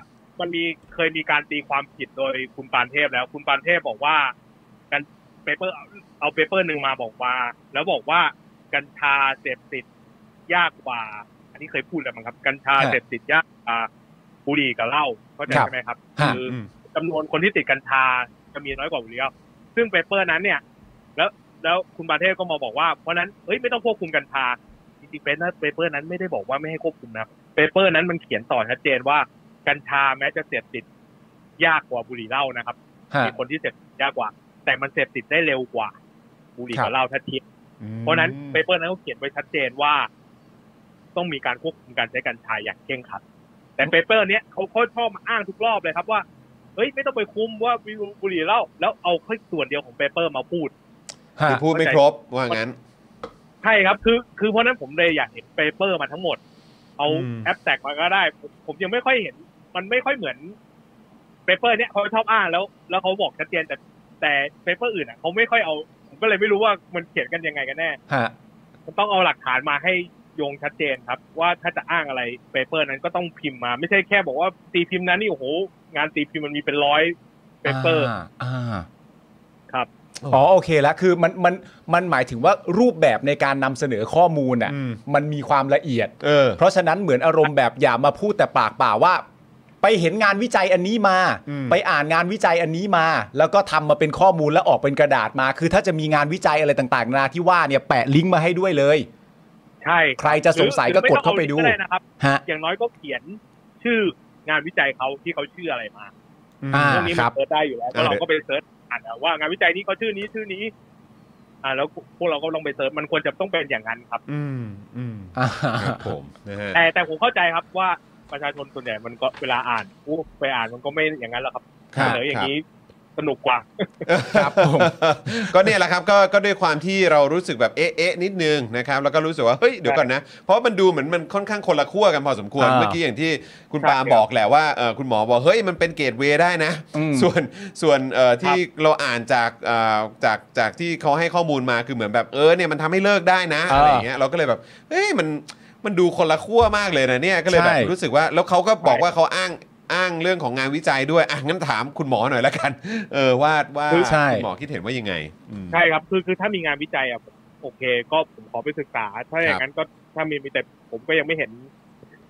Speaker 3: มันมีเคยมีการตีความผิดโดยคุณปานเทพแล้ว คุณปานเทพบอกว่ากันเปเปอร์เอาเปเปอร์หนึ่งมาบอกว่าแล้วบอกว่ากัญชาเสพติดยากกว่า อันนี้เคยพูดแล้วมั้งครับ กัญชาเสพติดยากกว่าบุหรี่กับเหล้าเข้าใจใช่ไหมครับ
Speaker 2: ฮะ
Speaker 3: คือ
Speaker 1: อืม
Speaker 3: จำนวนคนที่ติดกัญชาจะมีน้อยกว่าบุหรี่แล้วซึ่งเปเปอร์นั้นเนี่ย แล้วแล้วคุณปานเทพก็มาบอกว่าเพราะนั้นเฮ้ยไม่ต้องควบคุมกัญชาจริงๆเป็นเปเปอร์นั้นไม่ได้บอกว่าไม่ให้ควบคุมนะครับ เปเปอร์นั้นมันเขียนต่อชัดเจนว่ากัญชาแม้จะเสพติดยากกว่าบุหรี่เหล้านะครับ
Speaker 2: ฮะ
Speaker 3: มีคนที่เสพติดยากกว่า แต่มันเสพติดได้เร็วกว่า บุหรี่
Speaker 2: ครั
Speaker 3: กับบ เหล้าถ้าเทียบ
Speaker 1: อืม
Speaker 3: เพราะฉะนั้นเปเปอร์นั้นเขาเขียนไว้ชัดเจนว่า ต้องมีการควบคุมการใช้กัญชาอย่างเคร่งครัด แต่เปเปอร์เนี้ยเขาเขาชอบมาอ้างทุกรอบเลยครับว่าเฮ้ยไม่ต้องไปคุมว่าบุหรี่เหล้าแล้วเอาแค่ส่วนเดียวของเปเปอร์มาพูด
Speaker 2: ฮะ
Speaker 1: คือพูดไม่ครบว่างั้น
Speaker 3: ใช่ครับ คือ คือเพราะฉะนั้นผมเลยอยากเห็นเปเปอร์มาทั้งหมด เอา
Speaker 1: อืม
Speaker 3: แอปแตกมาก็ได้ ผมผมยังไม่ค่อยเห็น มันไม่ค่อยเหมือนเปเปอร์เนี้ยเขาชอบอ้างแล้ว แล้วเขาบอกชัดเจนแต่แต่เปเปอร์อื่นอ่ะเขาไม่ค่อยเอา ผมก็เลยไม่รู้ว่ามันเขียนกันยังไงกันแน่
Speaker 2: ฮะ
Speaker 3: มันต้องเอาหลักฐานมาให้โยงชัดเจนครับ ว่าถ้าจะอ้างอะไรเปเปอร์นั้นก็ต้องพิมพ์มา ไม่ใช่แค่บอกว่าตีพิมพ์นั้นนี่โอ้โหงานตีพิมพ์มันมีเป็นร้อยเปเปอร์
Speaker 2: าอ่า
Speaker 3: ครับ
Speaker 2: อ๋อโอเคแล้วคือมันมันมันหมายถึงว่ารูปแบบในการนำเสนอข้อมูลอ่ะ
Speaker 1: อืม
Speaker 2: มันมีความละเอียด
Speaker 1: เออ
Speaker 2: เพราะฉะนั้นเหมือนอารมณ์แบบอย่ามาพูดแต่ปากเปล่าว่า ไปเห็นงานวิจัยอันนี้มา
Speaker 1: อืม
Speaker 2: ไปอ่านงานวิจัยอันนี้มา แล้วก็ทำมาเป็นข้อมูลแล้วออกเป็นกระดาษมา คือถ้าจะมีงานวิจัยอะไรต่างๆนานาที่ว่าเนี่ยแปะลิงก์มาให้ด้วยเลย
Speaker 3: ใช่
Speaker 2: ใครจะสงสัยก็กดเข้าไปดู
Speaker 3: หรือม่ต้องอลิงก์ด้นะครับ
Speaker 2: ฮะ
Speaker 3: อย่างน้อยก็เขียนชื่องานวิจัยเขาที่เขาชื่ออะไรมา
Speaker 1: ม
Speaker 2: อ่า
Speaker 3: เรื่องนี้
Speaker 2: ค
Speaker 3: มั
Speaker 2: รั
Speaker 3: น
Speaker 2: บ
Speaker 3: เปิดได้อยู่แล้ว
Speaker 1: อ่า
Speaker 3: ก็เราก็ไปเซิร์ชอ่านเอาว่างานวิจัยนี้เขาชื่อนี้ชื่อนี้ อ่า แล้วพวกเราก็ลองไปเซิร์ชมันควรจะต้องเป็นอย่างนั้นครับ
Speaker 1: อืมอืม
Speaker 2: อ่า
Speaker 1: ครับผมนะฮะ
Speaker 3: แต่แต่ผมเข้าใจครับว่าประชาชนส่วนใหญ่มันก็เวลาอ่านอู้ไปอ่านมันก็ไม่อย่างนั้นหรอกครับ
Speaker 2: ครั
Speaker 3: เส
Speaker 2: บ
Speaker 3: นออย่างนี้สนุกกว่า
Speaker 2: ครับผม
Speaker 1: ก็เนี่ยแหละครับก็ก็ด้วยความที่เรารู้สึกแบบเอ๊ะเอ๊ะนิดนึงนะครับแล้วก็รู้สึกว่าเฮ้ยเดี๋ยวก่อนนะ เพราะมันดูเหมือนมันค่อนข้างคนละขั้วกันพอสมควร
Speaker 2: อ่า
Speaker 1: เมื่อกี้อย่างที่คุณ
Speaker 3: ครับ
Speaker 1: ปาล์มบอกแหละว่าเอ่อคุณหมอบอกเฮ้ยมันเป็นเกตเวย์ได้นะ
Speaker 2: อืม
Speaker 1: ส่วนส่วนเอ่อที่เราอ่านจากเอ่อจากจากที่เขาให้ข้อมูลมาคือเหมือนแบบเออเนี่ยมันทำให้เลิกได้นะอะไรอย่างเงี้ยเราก็เลยแบบเฮ้ยมันมันดูคนละขั้วมากเลยนะเนี่ยก็เลยแบบ
Speaker 2: ใช่
Speaker 1: รู้สึกว่าแล้วเขาก็บอก
Speaker 3: ใช่
Speaker 1: ว่าเขาอ้างอ้างเรื่องของงานวิจัยด้วยอ่ะงั้นถามคุณหมอหน่อยละกัน เออว่าว่า
Speaker 2: คือใช่
Speaker 1: คุณหมอคิดเห็นว่ายังไงอืม
Speaker 3: ใช่ครับคือคือถ้ามีงานวิจัยอ่ะผมโอเค ก็ผมขอไปศึกษา ถ้าอย่างนั้นก็ถ้ามีมีแต่ผมก็ยังไม่เห็น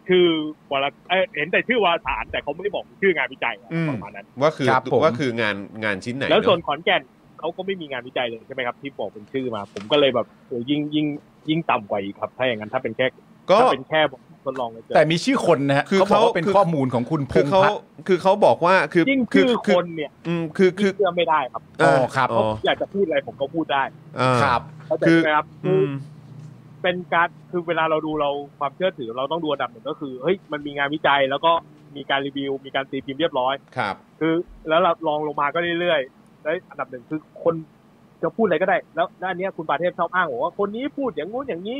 Speaker 3: ชื่อวารเอ้ยเห็นแต่ชื่อวารสารแต่เขาไม่ได้บอกชื่องานวิจัยอะ
Speaker 1: อืม
Speaker 3: ประมาณนั้น
Speaker 1: ว่าคือ
Speaker 2: ครับผม
Speaker 1: ว่าคืองานงานชิ้นไหน
Speaker 3: แล้วส่วน
Speaker 1: เอะ
Speaker 3: ขอนแก่นเขาก็ไม่มีงานวิจัยเลยใช่ไหมครับ ที่บอกเป็นชื่อมา ผมก็เลยแบบเออยิ่งยิ่งยิ่งต่ำกว่าอีกครับ ถ้าอย่างนั้นถ้าเป็นแค่
Speaker 1: ก็
Speaker 3: ถ้าเป็นแค่ทดลองเลยเจอ
Speaker 2: แต่มีชื่อคนนะฮะ
Speaker 1: คือ
Speaker 2: เขา
Speaker 1: เขา
Speaker 2: บอกว่าเป็น
Speaker 1: คือ
Speaker 2: ข้อมูลของคุณพ
Speaker 1: คืองเขา
Speaker 2: พัฒน์
Speaker 1: คือเขาบอกว่าคือ
Speaker 3: ยิ่ง
Speaker 1: คื
Speaker 3: ชื่อคนเนี่ย
Speaker 1: อืมคือคื
Speaker 3: ยิ่
Speaker 1: อง
Speaker 3: เชื่อไม่ได้ครับ
Speaker 1: เ
Speaker 2: อครับ
Speaker 1: อ๋อ
Speaker 3: อยากจะพูดอะไรผมก็พูดได้
Speaker 1: อ่า
Speaker 2: ครับ
Speaker 3: เข้าใจ
Speaker 1: คือ
Speaker 3: ไหมครับ
Speaker 1: อื
Speaker 3: คือ
Speaker 1: ม
Speaker 3: เป็นการคือเวลาเราดูเราความเชื่อถือเราต้องดูอันดับหนึ่งก็คือเฮ้ยมันมีงานวิจัยแล้วก็มีการรีวิว มีการตีพิมพ์เรียบร้อย
Speaker 1: ครับ
Speaker 3: คือแล้วเราลองลงมาก็เรื่อยๆแล้วอันดับหนึ่งคือคนจะพูดอะไรก็ได้ แล้วด้านเนี้ยคุณปาเทพชอบอ้างบอกว่าคนนี้พูดอย่างงู้นอย่างนี้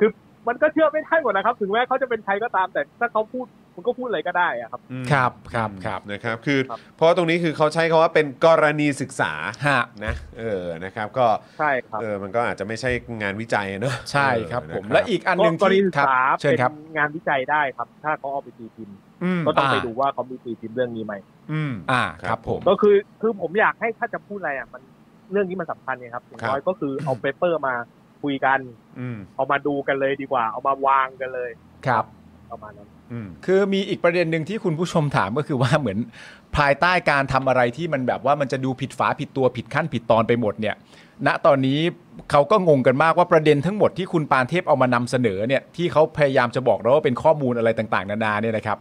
Speaker 3: คือมันก็เชื่อไม่ได้หมดนะครับ ถึงแม้เขาจะเป็นใครก็ตาม แต่ถ้าเขาพูดมันก็พูดอะไรก็ได้อะครับ
Speaker 1: อืม
Speaker 2: ครับครับครับ
Speaker 1: นะครับ คือ
Speaker 3: ครับ
Speaker 1: เพราะว่าตรงนี้คือเขาใช้คาว่าเป็นกรณีศึกษา
Speaker 2: ฮะ
Speaker 1: นะเออนะครับ ก็
Speaker 3: ใช่ครับ
Speaker 1: เออมันก็อาจจะไม่ใช่งานวิจัยเนอะ
Speaker 2: ใช่
Speaker 1: เออ
Speaker 2: ครับผม
Speaker 1: น
Speaker 2: และอีกอันหนึ่ง
Speaker 3: กรณี
Speaker 2: ที่
Speaker 3: ศึก
Speaker 2: ครับ
Speaker 3: ษา
Speaker 2: เชิญ
Speaker 3: เป็น
Speaker 2: ครับ
Speaker 3: งานวิจัยได้ครับ ถ้าเขาเอาไปตีพิมพ์
Speaker 1: อืม
Speaker 3: ก็ต้องไป
Speaker 2: อ่า
Speaker 3: ดูว่าเขามีตีพิมพ์เรื่องนี้ไหม
Speaker 1: อืม
Speaker 2: อ่า
Speaker 1: ค
Speaker 2: ค
Speaker 1: รั
Speaker 2: รับ บผม
Speaker 3: ก็คือคือผมอยากให้ถ้าจะพูดอะไรอ่ะมันเรื่องนี้มันสำคัญไงครับอย่างน้อยก็คือเอาเปเปอร์มาคุยกัน
Speaker 1: อืม
Speaker 3: เอามาดูกันเลยดีกว่า เอามาวางกันเลย
Speaker 2: ครับ
Speaker 3: ประมาณนั้น
Speaker 1: อืม
Speaker 2: คือมีอีกประเด็นหนึ่งที่คุณผู้ชมถามก็คือว่าเหมือน [laughs] ภายใต้การทำอะไรที่มันแบบว่ามันจะดูผิดฝาผิดตัวผิดขั้นผิดตอนไปหมดเนี่ย ณตอนนี้เขาก็งงกันมากว่าประเด็นทั้งหมดที่คุณปานเทพเอามานำเสนอเนี่ยที่เขาพยายามจะบอกเราว่าเป็นข้อมูลอะไรต่างๆ นานาเนี่ยนะครับ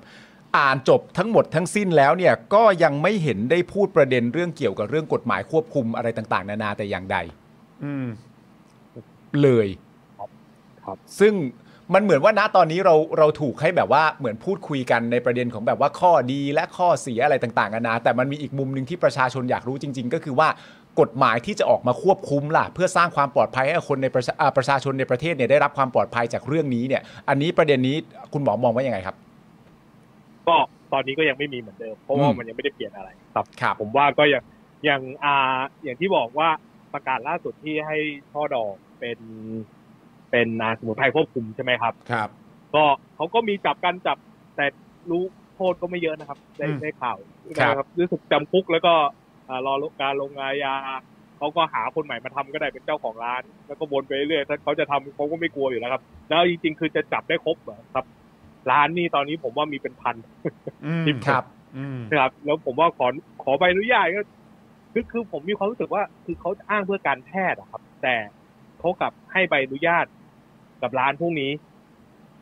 Speaker 2: อ่านจบทั้งหมดทั้งสิ้นแล้วเนี่ยก็ยังไม่เห็นได้พูดประเด็นเรื่องเกี่ยวกับเรื่องกฎหมายควบคุมอะไรต่างๆ นานาแต่อย่างใด
Speaker 1: อืม
Speaker 2: เลย
Speaker 3: ครับครับ
Speaker 2: ซึ่ง มันเหมือนว่าณตอนนี้เราเราถูกให้แบบว่าเหมือนพูดคุยกันในประเด็นของแบบว่าข้อดีและข้อเสียอะไรต่างๆกันานาแต่มันมีอีกมุมหนึ่งที่ประชาชนอยากรู้จริง ๆ ก็คือว่ากฎหมายที่จะออกมาควบคุมล่ะ เพื่อสร้างความปลอดภัยให้คนในประชาอ่าประชาชนในประเทศเนี่ยได้รับความปลอดภัยจากเรื่องนี้เนี่ย อันนี้ประเด็นนี้คุณหมอมองว่ายังไงครับ
Speaker 3: ก็ตอนนี้ก็ยังไม่มีเหมือนเดิม เพราะว่า
Speaker 2: อืม
Speaker 3: มันยังไม่ได้เปลี่ยนอะไรครับ
Speaker 2: ครับ
Speaker 3: ผมว่าก็ยังยังอ่าอย่างที่บอกว่าประกาศล่าสุดที่ให้ช่อดอกเป็น เป็นอ่าสมุนไพรควบคุมใช่ไหมครับ
Speaker 1: ครับ
Speaker 3: ก็เขาก็มีจับกันจับ แต่รู้โทษก็ไม่เยอะนะครับ ได้
Speaker 1: อืม
Speaker 3: ได้ข่าวนะครับรู้สึกจำคุกแล้วก็อ่ารอการลงอาญาเขาก็หาคนใหม่มาทำก็ได้เป็นเจ้าของร้าน แล้วก็วนไปเรื่อยๆถ้าเขาจะทำเขาก็ไม่กลัวอยู่แล้วครับ แล้วจริงๆ คือจะจับได้ครบเหรอครับ ร้านนี่ตอนนี้ผมว่ามีเป็นพัน
Speaker 1: อืม
Speaker 2: ครับ
Speaker 1: อืม
Speaker 3: นะครับแล้วผมว่าขอขอใบอนุญาตก็คือคือผมมีความรู้สึกว่า คือเขาอ้างเพื่อการแพทย์อะครับ แต่เขากลับให้ใบอนุญาตกับร้านพวกนี้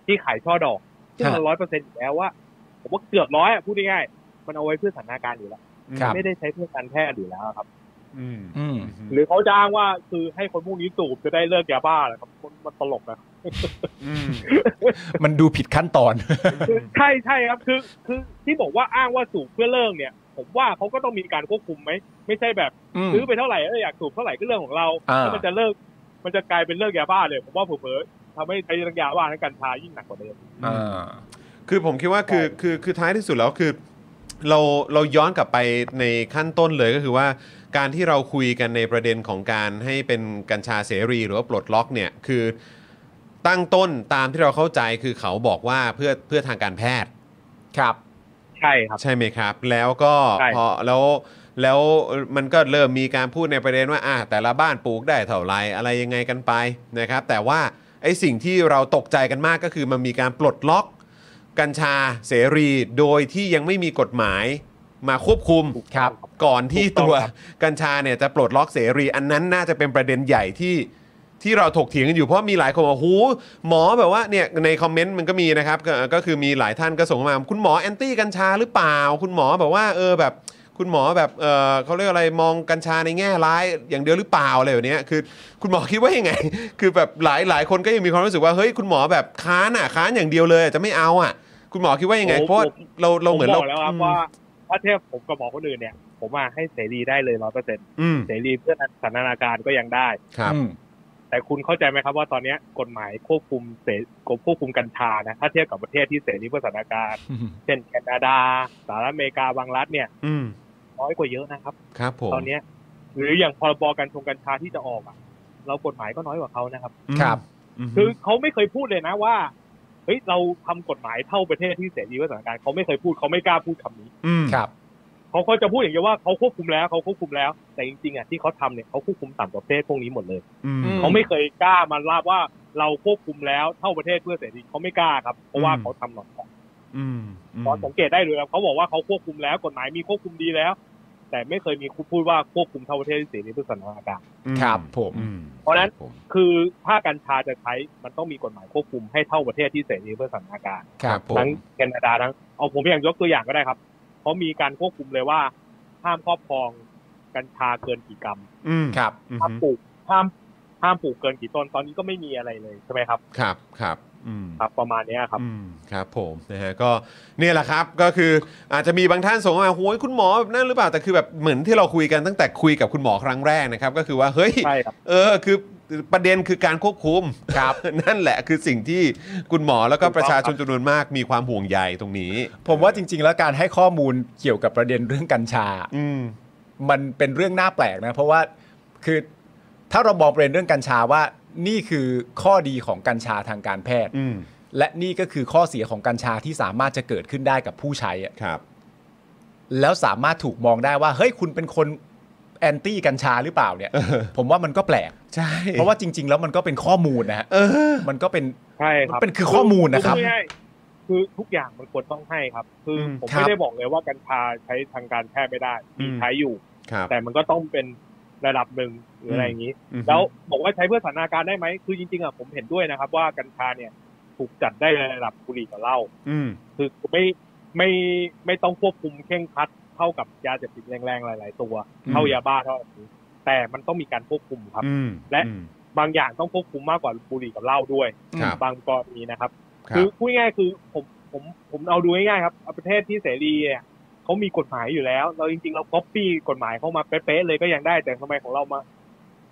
Speaker 3: ที่ขายช่อดอกซึ่งมันร้อยเปอร์เซ็นต์อยู่แล้วว่า ผมว่าเกือบร้อยอะพูดง่ายๆมันเอาไว้เพื่อสถานการณ์อยู่แล้ว
Speaker 2: ครับ
Speaker 3: ไม่ได้ใช้เพื่อการแพทย์อยู่แล้วครับ
Speaker 1: อืม
Speaker 2: อืม
Speaker 3: หรือเขาจะอ้างว่าคือให้คนพวกนี้สูบจะได้เลิกยาบ้าเหรอครับมันมันตลกนะ
Speaker 1: อืม
Speaker 2: มันดูผิดขั้นตอน [laughs]
Speaker 3: คือใช่ใช่ครับคือคือที่บอกว่าอ้างว่าสูบเพื่อเลิกเนี่ย ผมว่าเขาก็ต้องมีการควบคุมไหมไม่ใช่แบบ
Speaker 2: อืม
Speaker 3: ซื้อไปเท่าไหร่เอออยากสูบเท่าไหร่ก็เรื่องของเรา
Speaker 2: อ่า
Speaker 3: แล้วมันจะเลิก มันจะกลายเป็นเลิกยาบ้าเลยผมว่าเผลอๆทำให้ไอ้เรื่องยาบ้าและกัญชายิ่งหนักกว่าเดิม
Speaker 1: อื
Speaker 2: อ่
Speaker 1: มา คือผมคิดว่าคือคือคือท้ายที่สุดแล้วคือ เราเราย้อนกลับไปในขั้นต้นเลยก็คือว่า การที่เราคุยกันในประเด็นของการให้เป็นกัญชาเสรีหรือว่าปลดล็อกเนี่ยคือตั้งต้นตามที่เราเข้าใจคือเขาบอกว่าเพื่อเพื่อทางการแพทย์
Speaker 2: ครับ
Speaker 3: ใช่ครับ
Speaker 1: ใช่ไหมครับ แล้วก็
Speaker 3: ใช่
Speaker 1: พอแล้วแล้วมันก็เริ่มมีการพูดในประเด็นว่าอ่ะแต่ละบ้านปลูกได้เท่าไหรอะไรยังไงกันไปนะครับ แต่ว่าไอ้สิ่งที่เราตกใจกันมากก็คือมันมีการปลดล็อก กัญชาเสรีโดยที่ยังไม่มีกฎหมายมาควบคุม
Speaker 2: ครับ
Speaker 1: ก่อนที่
Speaker 3: ถูกต้อง
Speaker 1: ตัว
Speaker 3: ครับ
Speaker 1: กัญชาเนี่ยจะปลดล็อกเสรี อันนั้นน่าจะเป็นประเด็นใหญ่ที่ที่เราถกเถียงกันอยู่เพราะมีหลายคนบอกหูหมอแบบว่าเนี่ยในคอมเมนต์มันก็มีนะครับก็ก็คือมีหลายท่านก็ส่งมา คุณหมอแอนตี้กัญชาหรือเปล่า คุณหมอแบบว่าเออแบบ คุณหมอแบบเออเขาเรียกอะไรมองกัญชาในแง่ร้ายอย่างเดียวหรือเปล่าอะไรแบบเนี้ยคือ คุณหมอคิดว่ายังไง [laughs] คือแบบหลายหลายคนก็ยังมีความรู้สึกว่าเฮ้ยคุณหมอแบบค้านอ่ะค้านอย่างเดียวเลยจะไม่เอาอ่ะ คุณหมอคิดว่ายังไง
Speaker 3: โอ้
Speaker 1: เพราะว่า
Speaker 3: ผม
Speaker 1: เราเราเหมือน
Speaker 3: ผบ
Speaker 1: เรา
Speaker 3: อกแล้วครับว่าถ้าเทียบผมกับหมอคนอื่นเนี่ย ผมว่าให้เสรีได้เลยร้อยเปอร์เซ็นต์
Speaker 1: อืม
Speaker 3: เสรีเพื่อสันทนาการก็ยังได้
Speaker 1: ครับ
Speaker 2: อืม
Speaker 3: แต่คุณเข้าใจไหมครับว่าตอนเนี้ยกฎหมายควบคุมเสรีควบคุมกัญชานะถ้าเทียบกับประเทศที่เสรีเพื่อสถานการณ์เช่นแคนาดาสหรัฐอเมริกาบางรัฐเนี่ย
Speaker 1: อืม
Speaker 3: น้อยกว่าเยอะนะครับ
Speaker 1: ครับผม
Speaker 3: ตอนเนี้ยหรืออย่างพรบการชงกัญชาที่จะออกอะเรากฎหมายก็น้อยกว่าเขานะครับ
Speaker 2: ครับ
Speaker 3: คือเขาไม่เคยพูดเลยนะว่าเฮ้ยเราทำกฎหมายเท่าประเทศที่เสรีเพื่อสถานการณ์เขาไม่เคยพูดเขาไม่กล้าพูดคำนี้
Speaker 1: ม
Speaker 2: ครับ
Speaker 3: เขาก็จะพูดอย่างเดียวว่าเขาควบคุมแล้วเขาควบคุมแล้ว แต่จริงๆอ่ะที่เขาทำเนี่ยเขาควบคุมต่ำกว่าประเทศพวกนี้หมดเลย
Speaker 1: อืม
Speaker 2: อื
Speaker 3: เขาไม่เคยกล้ามาลาบว่าเราควบคุมแล้วเท่าประเทศเพื่อเสรีเขาไม่กล้าครับเพราะว่า
Speaker 1: อืม
Speaker 3: เขาทำหนอกว่า
Speaker 1: อืม
Speaker 3: เพราะสังเกตได้เลยครับเขาบอกว่าเขาควบคุมแล้วกฎหมายมีควบคุมดีแล้ว แต่ไม่เคยมีพูดว่าควบคุมเท่าประเทศที่เสรีเพื่อสถานการณ์
Speaker 2: ครับผม
Speaker 1: อื
Speaker 3: เพราะฉะนั้น
Speaker 1: คบผม
Speaker 3: คือถ้ากัญชาจะใช้มันต้องมีกฎหมายควบคุมให้เท่าประเทศที่เสรีเพื่อสถานการณ์
Speaker 2: ครับผ
Speaker 3: ทั้
Speaker 2: ม
Speaker 3: งแคนาดาทั้งเอาผมอย่างยกตัวอย่างก็ได้ครับเขามีการควบคุมเลยว่าห้ามครอบครองกัญชาเกินกี่กรัม
Speaker 1: อืม
Speaker 2: ครับ
Speaker 1: อืม
Speaker 3: ห้ามปลูกห้ามห้ามปลูกเกินกี่ต้นตอนนี้ก็ไม่มีอะไรเลยใช่ไหมครับ
Speaker 1: ครับครับอืม
Speaker 3: ครับ ประมาณเนี้ยครับ
Speaker 1: อืมครับผมนะฮะก็เนี่ยแหละครับก็คืออาจจะมีบางท่านส่งมาโอ้ยคุณหมอแบบนั้นหรือเปล่าแต่คือแบบเหมือนที่เราคุยกันตั้งแต่คุยกับคุณหมอครั้งแรกนะครับ ก็คือว่าเฮ้ย
Speaker 3: ใช่ครับ
Speaker 1: เออคือประเด็นคือการควบคุม [laughs]
Speaker 2: ครับ
Speaker 1: นั่นแหละคือสิ่งที่คุณหมอแล้วก็
Speaker 3: ถูกต้อง
Speaker 1: ประชาชนจำนวนมากมีความห่วงใยตรงนี้
Speaker 2: ผมว่าจริง ๆ แล้วการให้ข้อมูลเกี่ยวกับประเด็นเรื่องกัญชา
Speaker 1: อืม
Speaker 2: มันเป็นเรื่องน่าแปลกนะ เพราะว่าคือถ้าเรามองประเด็นเรื่องกัญชาว่านี่คือข้อดีของกัญชาทางการแพทย์
Speaker 1: อืม
Speaker 2: และนี่ก็คือข้อเสียของกัญชาที่สามารถจะเกิดขึ้นได้กับผู้ใช้อะ
Speaker 1: ครับ [laughs]
Speaker 2: แล้วสามารถถูกมองได้ว่าเฮ้ยคุณเป็นคนแอนตี้กัญชาหรือเปล่าเนี่ย
Speaker 1: เออ
Speaker 2: ผมว่ามันก็แปลก
Speaker 1: ใช่
Speaker 2: เพราะว่าจริง ๆ แล้วมันก็เป็นข้อมูลนะฮะ
Speaker 1: เออ
Speaker 2: มันก็เป็น
Speaker 3: ใช่ครั
Speaker 2: มั
Speaker 3: บ
Speaker 2: นเป็นคือข้อมูลนะครับ
Speaker 3: อพูดง่ายๆคือทุกอย่างมันควรต้องให้ครับ คืออ
Speaker 1: ม
Speaker 3: ผม
Speaker 2: ครับ
Speaker 3: ไม่ได้บอกเลยว่ากัญชาใช้ทางการแพทย์ไม่ได้มี
Speaker 1: อืม
Speaker 3: ใช้อยู่
Speaker 1: ครับ
Speaker 3: แต่มันก็ต้องเป็นระดับหนึ่งหรืออะไรอย่างนี้
Speaker 1: อืม
Speaker 3: แล้วบอกว่าใช้เพื่อสถานการณ์ได้ไหม คือจริงๆอ่ะผมเห็นด้วยนะครับ ว่ากัญชาเนี่ยถูกจัดได้ในระดับบุหรี่กับเหล้า
Speaker 1: อืม
Speaker 3: คือไม่ไม่ไม่ต้องควบคุมเคร่งครัดเท่ากับยาเสพติดแรงๆหลาย ๆ ตัว
Speaker 2: อืม
Speaker 3: เท่ายาบ้าเท่าแบบนี้แต่มันต้องมีการควบคุมครับ
Speaker 1: อืม
Speaker 3: และ
Speaker 1: อืม
Speaker 3: บางอย่างต้องควบคุมมากกว่าบุหรี่กับเหล้าด้วย
Speaker 1: ครับ
Speaker 3: บางกรณีนะครับ
Speaker 1: ครั
Speaker 3: คือบ พูดง่ายๆคือผมผมผมเอาดูง่ายๆครับประเทศที่เสรีเนี่ยเขามีกฎหมายอยู่แล้ว เราจริงๆเราก๊อปปี้กฎหมายเข้ามาเป๊ะๆเลยก็ยังได้แต่ทำไมของเรามา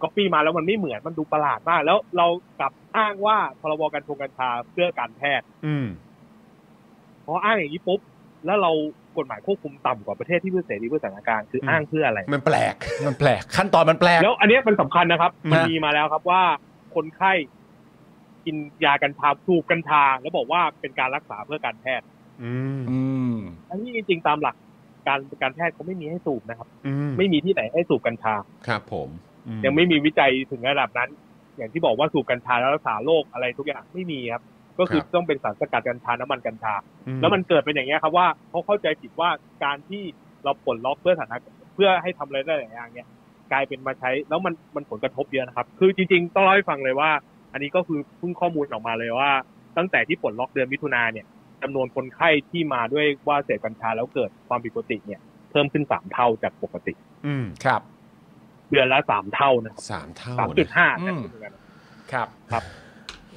Speaker 3: ก๊อปปี้มาแล้วมันไม่เหมือนมันดูประหลาดมาก แล้วเรากลับอ้างว่าพรบการชงกัญชาเพื่อการแพทย์
Speaker 1: อืม
Speaker 3: พออ้างอย่างนี้ปุ๊บแล้วเรากฎหมายควบคุมต่ำกว่าประเทศที่เพื่อเสรีเพื่อสถานการณ์คืออ้างเพื่ออะไร
Speaker 1: มันแปลก
Speaker 2: มันแปลกขั้นตอนมันแปลก
Speaker 3: แล้วอันเนี้ยมันสำคัญนะครับ
Speaker 1: อืม
Speaker 3: มันมีมาแล้วครับว่าคนไข้กินยากัญชาสูบกัญชาแล้วบอกว่าเป็นการรักษาเพื่อการแพทย์
Speaker 1: อืม
Speaker 2: อืม
Speaker 3: อันนี้จริงๆตามหลักการการแพทย์เขาไม่มีให้สูบนะครับ
Speaker 1: อืม
Speaker 3: ไม่มีที่ไหนให้สูบกัญชา
Speaker 1: ครับผมอื
Speaker 3: ยังไม่มีวิจัยถึงระดับนั้น อย่างที่บอกว่าสูบกัญชาแล้วรักษาโรคอะไรทุกอย่างไม่มีครับ ก็คือต้องเป็นสารสกัดกัญชาน้ำมันกัญชา
Speaker 1: อื
Speaker 3: แล้วมันเกิดเป็นอย่างเงี้ยครับว่าเขาเข้าใจผิดว่าการที่เราปลดล็อกเพื่อสถานะเพื่อให้ทำอะไรได้หลายอย่างเนี่ยกลายเป็นมาใช้แล้วมันมันผลกระทบเยอะนะครับ คือจริงๆต้องเล่าให้ฟังเลยว่า อันนี้ก็คือเพิ่งข้อมูลออกมาเลยว่า ตั้งแต่ที่ปลดล็อกเดือนมิถุนาเนี่ยจำนวนคนไข้ที่มาด้วยว่าเสพกัญชาแล้วเกิดความผิดปกติเนี่ยเพิ่มขึ้นสามเท่าจากปกติ
Speaker 1: อืม
Speaker 2: ครับ
Speaker 3: เดือนละสามเท่านะครับ
Speaker 1: สามเท่า
Speaker 3: สามจุด
Speaker 1: นะ
Speaker 3: ห้า
Speaker 2: อืม ครับ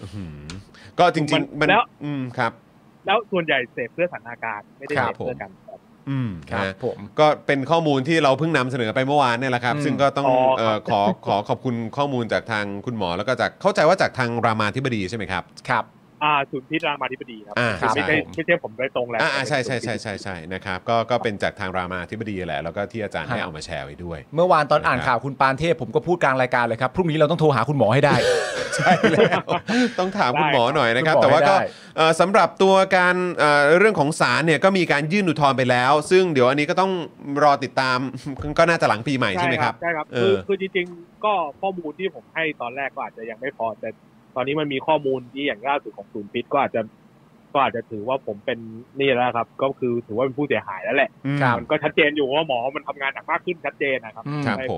Speaker 1: อื้อหือก็จริง ๆ มัน
Speaker 3: แล้ว
Speaker 1: อืมครับ
Speaker 3: แล้วส่วนใหญ่เสพเพื่อสถานการณ์ไม่ได้
Speaker 1: ครั
Speaker 3: เส
Speaker 1: บ
Speaker 3: พ
Speaker 1: ผม
Speaker 3: เพื่อกันครับ
Speaker 1: อืม
Speaker 2: ครับ
Speaker 1: นะ
Speaker 2: ผม
Speaker 1: ก็เป็นข้อมูลที่เราเพิ่งนำเสนอไปเมื่อวานเนี่ยแหละครับ
Speaker 2: อืม
Speaker 1: ซึ่งก็ต้อง
Speaker 3: อ๋อครับ
Speaker 1: เอ่อขอ [laughs] ขอขอบคุณข้อมูลจากทางคุณหมอ แล้วก็จากเข้าใจว่าจากทางรามาธิบดีใช่ไหมครับ
Speaker 2: ครับ
Speaker 3: อ่าศูนย์พิษรามาธิบดีครับ
Speaker 1: อ่า
Speaker 2: ครับ
Speaker 3: ไม่ใช่
Speaker 1: ผม
Speaker 3: ไม่ใช่ผมโดยตรงแหละ
Speaker 1: อ่าๆใช่ใช่
Speaker 3: เป็นศูนย์พิ
Speaker 1: ใช่
Speaker 3: ษ
Speaker 1: ใช่ใช่นะครับก็ก็เป็นจากทางรามาธิบดีแหละ แล้วก็ที่อาจารย์
Speaker 2: ฮะ
Speaker 1: ได้เอามาแชร์ไว้ด้วย [laughs]
Speaker 2: เมื่อวานตอนอ่าน
Speaker 1: นะครับ
Speaker 2: ข่าวคุณปานเทพผมก็พูดกลางรายการเลยครับ พรุ่งนี้เราต้องโทรหาคุณหมอให้ได้
Speaker 1: ใช่แล้วต้องถามคุณหมอหน่อยนะครับ
Speaker 2: คุณหมอ
Speaker 1: แต่ว่าก็
Speaker 2: ได้
Speaker 1: เอ่อสำหรับตัวการเอ่อเรื่องของศาลเนี่ยก็มีการยื่นอุทธรณ์ไปแล้ว ซึ่งเดี๋ยวอันนี้ก็ต้องรอติดตาม [laughs] ก็น่าจะหลังปีใหม่ใช่ไหมครับ
Speaker 3: ใช่ครับ
Speaker 1: เอ
Speaker 3: คือ
Speaker 1: อ
Speaker 3: คือจริงๆ ก็ข้อมูลที่ผมให้ตอนแรกก็อาจจะยังไม่พอ แต่ตอนนี้มันมีข้อมูลที่อย่างล่าสุดของศูนย์พิษก็อาจจะก็อาจจะถือว่าผมเป็นนี่แล้วครับ ก็คือถือว่าเป็นผู้เสียหายแล้วแหละ
Speaker 1: อืม
Speaker 2: ครับ
Speaker 3: มันก็ชัดเจนอยู่ว่าหมอมันทำงานหนักมากขึ้นชัดเจนนะครับ
Speaker 2: อืม
Speaker 1: ครับผม
Speaker 3: ใช่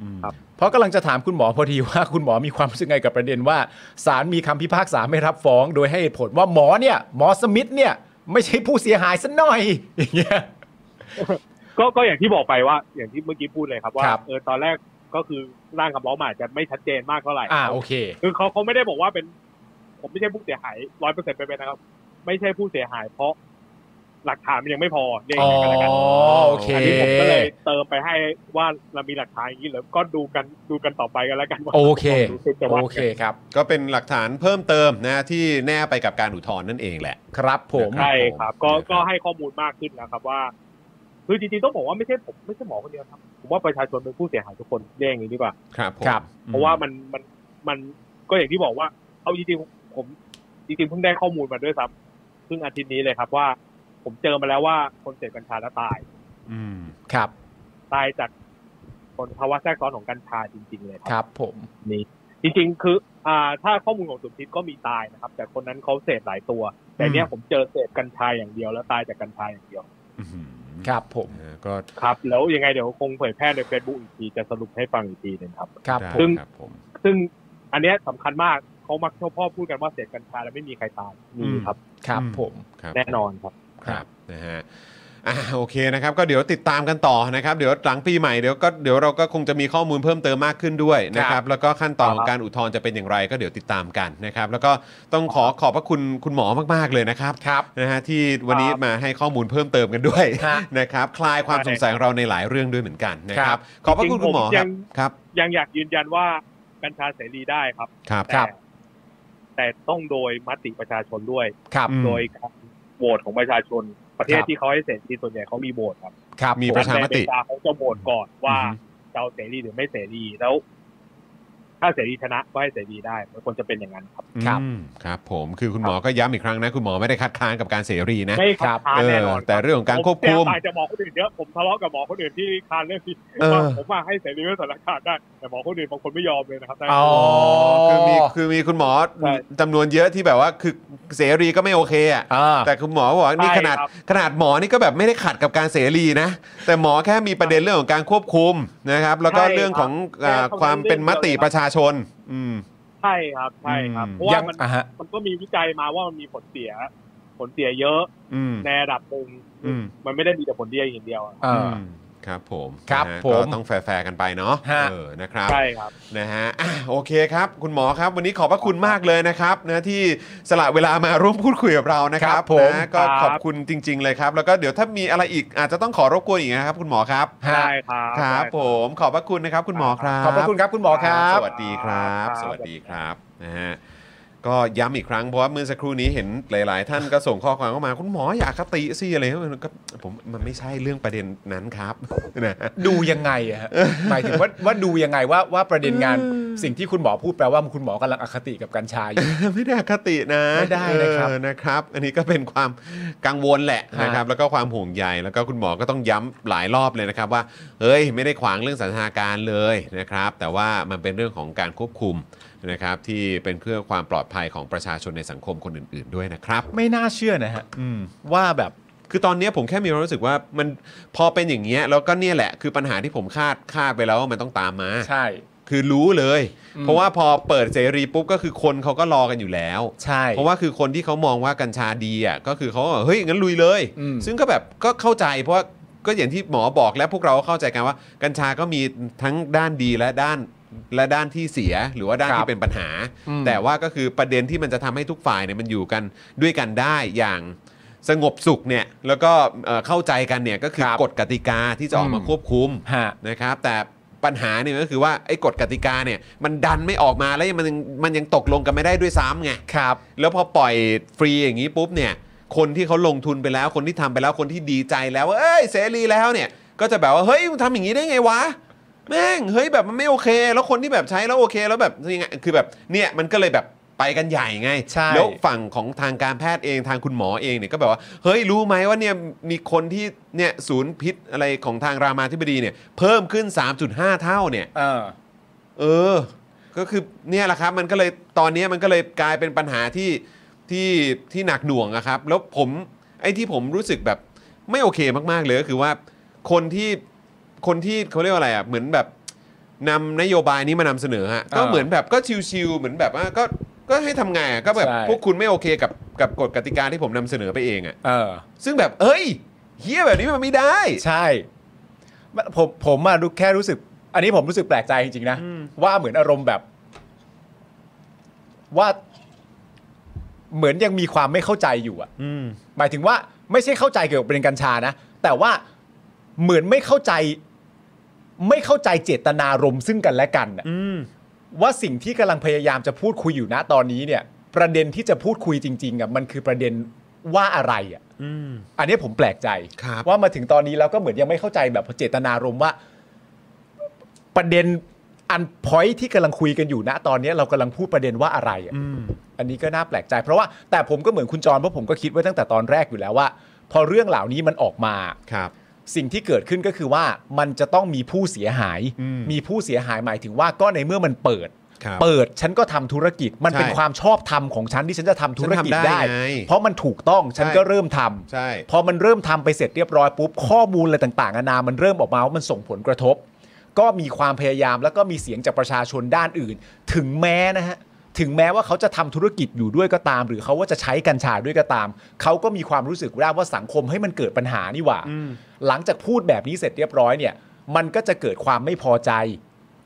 Speaker 1: อืม
Speaker 2: เพราะกำลังจะถามคุณหมอพอดีว่าคุณหมอมีความรู้สึกไงกับประเด็นว่าศาลมีคำพิพากษาไม่รับฟ้อง โดยให้เหตุผลว่าหมอเนี่ย หมอสมิธเนี่ย ไม่ใช่ผู้เสียหายซะหน่อยอย่างเงี้ย
Speaker 3: ก็ก็อย่างที่บอกไปว่า อย่างที่เมื่อกี้พูดเลยครับว่า
Speaker 2: ครับ
Speaker 3: เออตอนแรกก็คือร่างคำร้องมันอาจจะไม่ชัดเจนมากเท่าไหร่
Speaker 2: อ่าโอเค
Speaker 3: คือเขาเขาไม่ได้บอกว่าเป็น ผมไม่ใช่ผู้เสียหายร้อยเปอร์เซ็นต์ไปเป็นนะครับ ไม่ใช่ผู้เสียหาย เพราะหลักฐานมันยังไม่พอเรียกอ
Speaker 2: อ๋อย่าง
Speaker 3: นั้นแล้วกัน
Speaker 2: โอเค
Speaker 3: อันนี้ผมก็เลยเติมไปให้ว่าเรามีหลักฐานอย่างนี้แล้วก็ดูกันดูกันต่อไปกันแล้วกันว่า
Speaker 2: โอเค
Speaker 3: จะว่า
Speaker 2: โอเคครับ
Speaker 1: ก็เป็นหลักฐานเพิ่มเติมนะที่แนบไปกับการอุทธรณ์นั่นเองแหละ
Speaker 2: ครับผม
Speaker 1: ได้
Speaker 3: ใช่ครับ ก็
Speaker 1: ครับ
Speaker 3: ก็ให้ข้อมูลมากขึ้นนะครับว่า คือจริงๆต้องบอกว่าไม่ใช่ผมไม่ใช่หมอคนเดียวครับผมว่าประชาชนเป็นผู้เสียหายทุกคนเรียกอย่างนี้ดีกว่า
Speaker 1: ครับผม
Speaker 2: ครับ
Speaker 1: อื
Speaker 3: เพราะว่ามันมันมันก็อย่างที่บอกว่า เอาจริงๆผมจริงๆเพิ่งได้ข้อมูลมาด้วยซ้ำเพิ่งอาทิตย์นี้เลยครับว่า ผมเจอมาแล้วว่าคนเสพกัญชาแล้วตาย
Speaker 1: อืม
Speaker 2: ครับ
Speaker 3: ตายจากผลภาวะแทรกซ้อนของกัญชาจริง ๆ เลยครับ
Speaker 2: ครับผม
Speaker 3: นี้จริงๆ คืออ่าถ้าข้อมูลของสุพิษก็มีตายนะครับ แต่คนนั้นเขาเสพหลายตัว แต่เนี้ยผมเจอเสพกัญชายอย่างเดียวแล้วตายจากกัญชายอย่างเดียว
Speaker 1: อื้อหือ
Speaker 2: ครับผม
Speaker 1: นะก็
Speaker 3: ครับ แล้วยังไงเดี๋ยวคงเผยแพร่ใน Facebook อีกทีจะสรุปให้ฟังอีกทีหนึงครับ
Speaker 2: ครับ
Speaker 1: ได้
Speaker 2: ผม
Speaker 1: ครับผม
Speaker 3: ซึ่งอันเนี้ยสำคัญมากเขามักชอบพ่อพูดกันว่าเสพกัญชาแล้วไม่มีใครตายมี
Speaker 2: อืม
Speaker 3: ครับ
Speaker 2: ครับผม
Speaker 1: ครับ
Speaker 3: แน่นอนครับ
Speaker 1: ครับนะฮะอ่าโอเคนะครับ ก็เดี๋ยวติดตามกันต่อนะครับ เดี๋ยวหลังปีใหม่เดี๋ยวก็เดี๋ยวเราก็คงจะมีข้อมูลเพิ่มเติมมากขึ้นด้วยนะค
Speaker 2: ครั
Speaker 1: รับ
Speaker 2: บ
Speaker 1: แล้วก็ขั้นตอน
Speaker 3: ครับ
Speaker 1: ของการอุทธรณ์จะเป็นอย่างไร ก็เดี๋ยวติดตามกันนะครับ แล้วก็ต้องขอขอบพระคุณคุณหมอมากๆเลยนะครับ
Speaker 2: ครับ
Speaker 1: นะฮะที่วันนี้มาให้ข้อมูลเพิ่มเติมกันด้วย
Speaker 2: ฮะ
Speaker 1: นะครับ คลายความสงสัยของเราในหลายเรื่องด้วยเหมือนกันนะค
Speaker 2: ครั
Speaker 1: รับ
Speaker 2: บ
Speaker 1: ขอบพระคุณคุณหมอค
Speaker 3: จริ
Speaker 1: รับ
Speaker 3: งๆผมยัง
Speaker 1: ครับ
Speaker 3: ยังอยากยืนยันว่ากัญชาเสรีได้ครับ
Speaker 1: ครับ
Speaker 2: ครั
Speaker 3: แต่
Speaker 2: บ
Speaker 3: แต่ต้องโดยมติประชาชนด้วย
Speaker 2: ครับ
Speaker 1: อืม
Speaker 3: โดยการโหวตของประชาชนประเทศ
Speaker 2: ครับ
Speaker 3: ที่เขาให้เสรีส่วนใหญ่เขามีโหวตครับ
Speaker 2: ครับ
Speaker 1: มี
Speaker 2: ผ
Speaker 1: ประชา มติ
Speaker 3: ในอเกเขาจะโหวตก่อนว่า
Speaker 1: อือฮึ
Speaker 3: จะเอาเสรีหรือไม่เสรีแล้ว ถ้าเสรีชนะก็ให้เสรีได้มันควรจะเป็นอย่างนั้นครับ
Speaker 2: ครับ
Speaker 1: อืมครับผมคือคุณหมอก็ย้ำอีกครั้งนะ คุณหมอไม่ได้คัดค้านกับการเสรีนะ
Speaker 3: ไม่
Speaker 2: ค
Speaker 3: ค
Speaker 2: รั
Speaker 3: รับ บค้านแน่นอน
Speaker 1: เออแต่เรื่องของการควบคุม
Speaker 3: ผแตกต่างจากหมอคนอื่นเยอะผมทะเลาะกับหมอคนอื่นที่คานเรื่องที่
Speaker 1: เออ
Speaker 3: ว่าผมว่าให้เสรีเรื่องสถานการณ์ได้แต่หมอคนอื่นบางคนไม่ยอมเลยนะครับ
Speaker 2: อ๋อ
Speaker 1: คือมีคือมีคุณหมอ
Speaker 3: ใช่
Speaker 1: จำนวนเยอะที่แบบว่าคือเสรีก็ไม่โอเคอ่ะ
Speaker 2: อ่า
Speaker 1: แต่คุณหมอบอกว่านี่
Speaker 3: ใช่
Speaker 1: ขนาด
Speaker 3: ครับ
Speaker 1: ขนาดหมอนี่ก็แบบไม่ได้ขัดกับการเสรีนะ แต่หมอแค่มีประเด็นเรื่องของการควบคุมนะครับ แล้วก็
Speaker 3: ใช่ครับ
Speaker 1: เรื่องของ
Speaker 3: แค่
Speaker 1: อ่า
Speaker 3: คำนั้น
Speaker 1: ความเป็น
Speaker 3: เรื่อ
Speaker 1: ม
Speaker 3: งเดีย
Speaker 1: ติ
Speaker 3: ว
Speaker 1: ป
Speaker 3: เลยครับ
Speaker 1: ระชาชน อืม
Speaker 3: ใช่ครับใช่ครับ
Speaker 1: อืม
Speaker 3: เพราะว่า
Speaker 2: ยัง
Speaker 3: มัน
Speaker 2: อ่ะฮะ
Speaker 3: มันก็มีวิจัยมาว่ามันมีผลเสีย ผลเสียเยอะ
Speaker 1: อืม
Speaker 3: ในระดับหนึ่ง
Speaker 1: อืม
Speaker 3: มันไม่ได้มีแต่ผลดีอย่างเดียวอะ
Speaker 2: เอออ
Speaker 1: ม ครับผม
Speaker 2: ครับ
Speaker 1: นะฮะ
Speaker 2: ผม
Speaker 1: ก็ต้องแฟร์ๆกันไปเนาะ
Speaker 2: ฮะ
Speaker 1: เออนะครับ
Speaker 3: ใช่ครับ
Speaker 1: นะฮะอ่ะโอเคครับ คุณหมอครับ วันนี้ขอบพระคุณมากเลยนะครับนะที่สละเวลามาร่วมพูดคุยกับเรานะครั
Speaker 2: ครับ บผม
Speaker 1: นะก็
Speaker 3: ครับ
Speaker 1: ขอบคุณจริง ๆ เลยครับ แล้วก็เดี๋ยวถ้ามีอะไรอีกอาจจะต้องขอรบกวนอีกนะครับ คุณหมอครับ
Speaker 2: ฮะ
Speaker 3: ได้ครับ
Speaker 1: ครับ ผมขอบพระคุณนะครับ คุณหมอครับ
Speaker 2: ขอบพระคุณครับคุณหมอครับ
Speaker 1: สวัสดีครับ สวัสดีครับนะฮะก็ย้ำอีกครั้งเพราะว่าเมื่อสักครู่นี้เห็นหลาย ๆ ท่านก็ส่งข้อความเข้ามา คุณหมออย่าอคติสิอะไรมันก็ผมมันไม่ใช่เรื่องประเด็นนั้นครับ [laughs] นะฮะ
Speaker 2: ดูยังไงอะฮะ หมายถึงว่าว่าดูยังไงว่าว่าประเด็นงานสิ่งที่คุณหมอพูดแปลว่าคุณหมอกำลังอคติกับกัญชาอยู่
Speaker 1: [laughs] ไม่ได้อคตินะ
Speaker 2: ไม่ได้นะครับ
Speaker 1: เออนะครับ อันนี้ก็เป็นความกังวลแหละ
Speaker 2: ฮะ
Speaker 1: นะครับ แล้วก็ความห่วงใยแล้วก็คุณหมอก็ต้องย้ำหลายรอบเลยนะครับ ว่าเฮ้ยไม่ได้ขวางเรื่องสันทนาการเลยนะครับ แต่ว่ามันเป็นเรื่องของการควบคุมนะครับ ที่เป็นเพื่อความปลอดภัยของประชาชนในสังคมคนอื่น ๆ ด้วยนะครับ
Speaker 2: ไม่น่าเชื่อนะฮะ
Speaker 1: อืม
Speaker 2: ว่าแบบ
Speaker 1: คือตอนเนี้ยผมแค่มีความรู้สึกว่ามันพอเป็นอย่างเงี้ยแล้วก็เนี่ยแหละคือปัญหาที่ผมคาดคาดไปแล้วว่ามันต้องตามมา
Speaker 2: ใช่
Speaker 1: คือรู้เลย
Speaker 2: อืม
Speaker 1: เพราะว่าพอเปิดเสรีปุ๊บก็คือคนเขาก็รอกันอยู่แล้ว
Speaker 2: ใช่
Speaker 1: เพราะว่าคือคนที่เขามองว่ากัญชาดีอ่ะก็คือเขาก็เฮ้ยงั้นลุยเลย
Speaker 2: อืม
Speaker 1: ซึ่งก็แบบก็เข้าใจเพราะว่าก็อย่างที่หมอบอกและพวกเราก็เข้าใจกันว่า กัญชาก็มีทั้งด้านดีและด้านและด้านที่เสียหรือว่าด้าน
Speaker 2: ครับ
Speaker 1: ที่เป็นปัญหา
Speaker 2: อืม
Speaker 1: แต่ว่าก็คือประเด็นที่มันจะทำให้ทุกฝ่ายเนี่ยมันอยู่กันด้วยกันได้อย่างสงบสุขเนี่ยแล้วก็เอ่อเข้าใจกันเนี่ยก็คือ
Speaker 2: ครับ
Speaker 1: กฎกติกาที่จะออกมา
Speaker 2: อืม
Speaker 1: ควบคุม
Speaker 2: ฮะ
Speaker 1: นะครับแต่ปัญหาเนี่ยก็คือว่าไอ้กฎกติกาเนี่ยมันดันไม่ออกมาแล้วมันยังมันยังตกลงกันไม่ได้ด้วยซ้ำไง
Speaker 2: ครับ
Speaker 1: แล้วพอปล่อยฟรีอย่างนี้ปุ๊บเนี่ยคนที่เขาลงทุนไปแล้วคนที่ทำไปแล้วคนที่ดีใจแล้วว่าเอ้ยเสรีแล้วเนี่ยก็จะแบบว่าเฮ้ยมึงทำอย่างนี้ได้ไงวะแม่งเฮ้ยแบบมันไม่โอเค แล้วคนที่แบบใช้แล้วโอเค แล้วแบบยังไงคือแบบเนี่ยมันก็เลยแบบไปกันใหญ่ไง
Speaker 2: ใช่
Speaker 1: แล้ว ฝั่งของทางการแพทย์เองทางคุณหมอเองเนี่ยก็แบบว่าเฮ้ยรู้ไหมว่าเนี่ยมีคนที่เนี่ยศูนย์พิษอะไรของทางรามาธิบดีเนี่ยเพิ่มขึ้น 3.5 เท่าเนี่ย
Speaker 2: เออ
Speaker 1: เออ ก็คือเนี่ยแหละครับ มันก็เลยตอนเนี้ยมันก็เลยกลายเป็นปัญหาที่ที่ที่หนักหน่วงอะครับ แล้วผมไอ้ที่ผมรู้สึกแบบไม่โอเคมาก ๆ เลยก็คือว่าคนที่คนที่เขาเรียกว่าอะไรอะเหมือนแบบนำนโยบายนี้มานำเสนอฮะก็
Speaker 2: อ่า
Speaker 1: เหมือนแบบก็ชิวๆเหมือนแบบว่าก็ก็ให้ทำไงอะก็แบบ
Speaker 2: ใช่
Speaker 1: พวกคุณไม่โอเคกับกับกฎกติกาที่ผมนำเสนอไปเองอะ
Speaker 2: เออ
Speaker 1: ซึ่งแบบเอ้ยเฮียแบบนี้มันไม่ได้
Speaker 2: ใช่มันผมผมอะรู้แค่รู้สึก อันนี้ผมรู้สึกแปลกใจจริงๆนะ
Speaker 1: อืม
Speaker 2: ว่าเหมือนอารมณ์แบบ ว่า เหมือนยังมีความไม่เข้าใจอยู่อะ
Speaker 1: อืม
Speaker 2: หมายถึงว่าไม่ใช่เข้าใจเกี่ยวกับประเด็นกัญชานะ แต่ว่าเหมือนไม่เข้าใจ ไม่เข้าใจเจตนารมณ์ซึ่งกันและกันอะ
Speaker 1: อืม
Speaker 2: ว่าสิ่งที่กำลังพยายามจะพูดคุยอยู่นะตอนนี้เนี่ย ประเด็นที่จะพูดคุยจริงๆอ่ะมันคือประเด็นว่าอะไรอ่ะ
Speaker 1: อืม
Speaker 2: อันนี้ผมแปลกใจ
Speaker 1: ครับ
Speaker 2: ว่ามาถึงตอนนี้แล้วก็เหมือนยังไม่เข้าใจแบบเจตนารมณ์ว่า ประเด็นอันพอยที่กำลังคุยกันอยู่นะตอนนี้เรากำลังพูดประเด็นว่าอะไรอ่ะ
Speaker 1: อืม
Speaker 2: อันนี้ก็น่าแปลกใจ เพราะว่าแต่ผมก็เหมือนคุณจรเพราะผมก็คิดไว้ตั้งแต่ตอนแรกอยู่แล้วว่า พอเรื่องเหล่านี้มันออกมา
Speaker 1: ครับ
Speaker 2: สิ่งที่เกิดขึ้นก็คือว่ามันจะต้องมีผู้เสียหาย
Speaker 1: อืม
Speaker 2: มีผู้เสียหายหมายถึงว่าก็ในเมื่อมันเปิด
Speaker 1: ครับ
Speaker 2: เปิดฉันก็ทำธุรกิจมัน
Speaker 1: ใช่
Speaker 2: เป็นความชอบธรรมของฉันที่ฉันจะทำธุรกิจ
Speaker 1: ฉันทำได้
Speaker 2: ได้
Speaker 1: ไง
Speaker 2: เพราะมันถูกต้องฉัน
Speaker 1: ใช่
Speaker 2: ก็เริ่มทำ
Speaker 1: ใช่
Speaker 2: พอมันเริ่มทำไปเสร็จเรียบร้อยปุ๊บข้อมูลอะไรต่างๆนานามันเริ่มออกมาว่ามันส่งผลกระทบ ก็มีความพยายามแล้วก็มีเสียงจากประชาชนด้านอื่น ถึงแม้นะฮะถึงแม้ว่าเขาจะทำธุรกิจอยู่ด้วยก็ตาม หรือเขาว่าจะใช้กัญชาด้วยก็ตาม เขาก็มีความรู้สึกได้ว่าสังคมให้มันเกิดปัญหานี่หว่า หลังจากพูดแบบนี้เสร็จเรียบร้อยเนี่ย มันก็จะเกิดความไม่พอใจ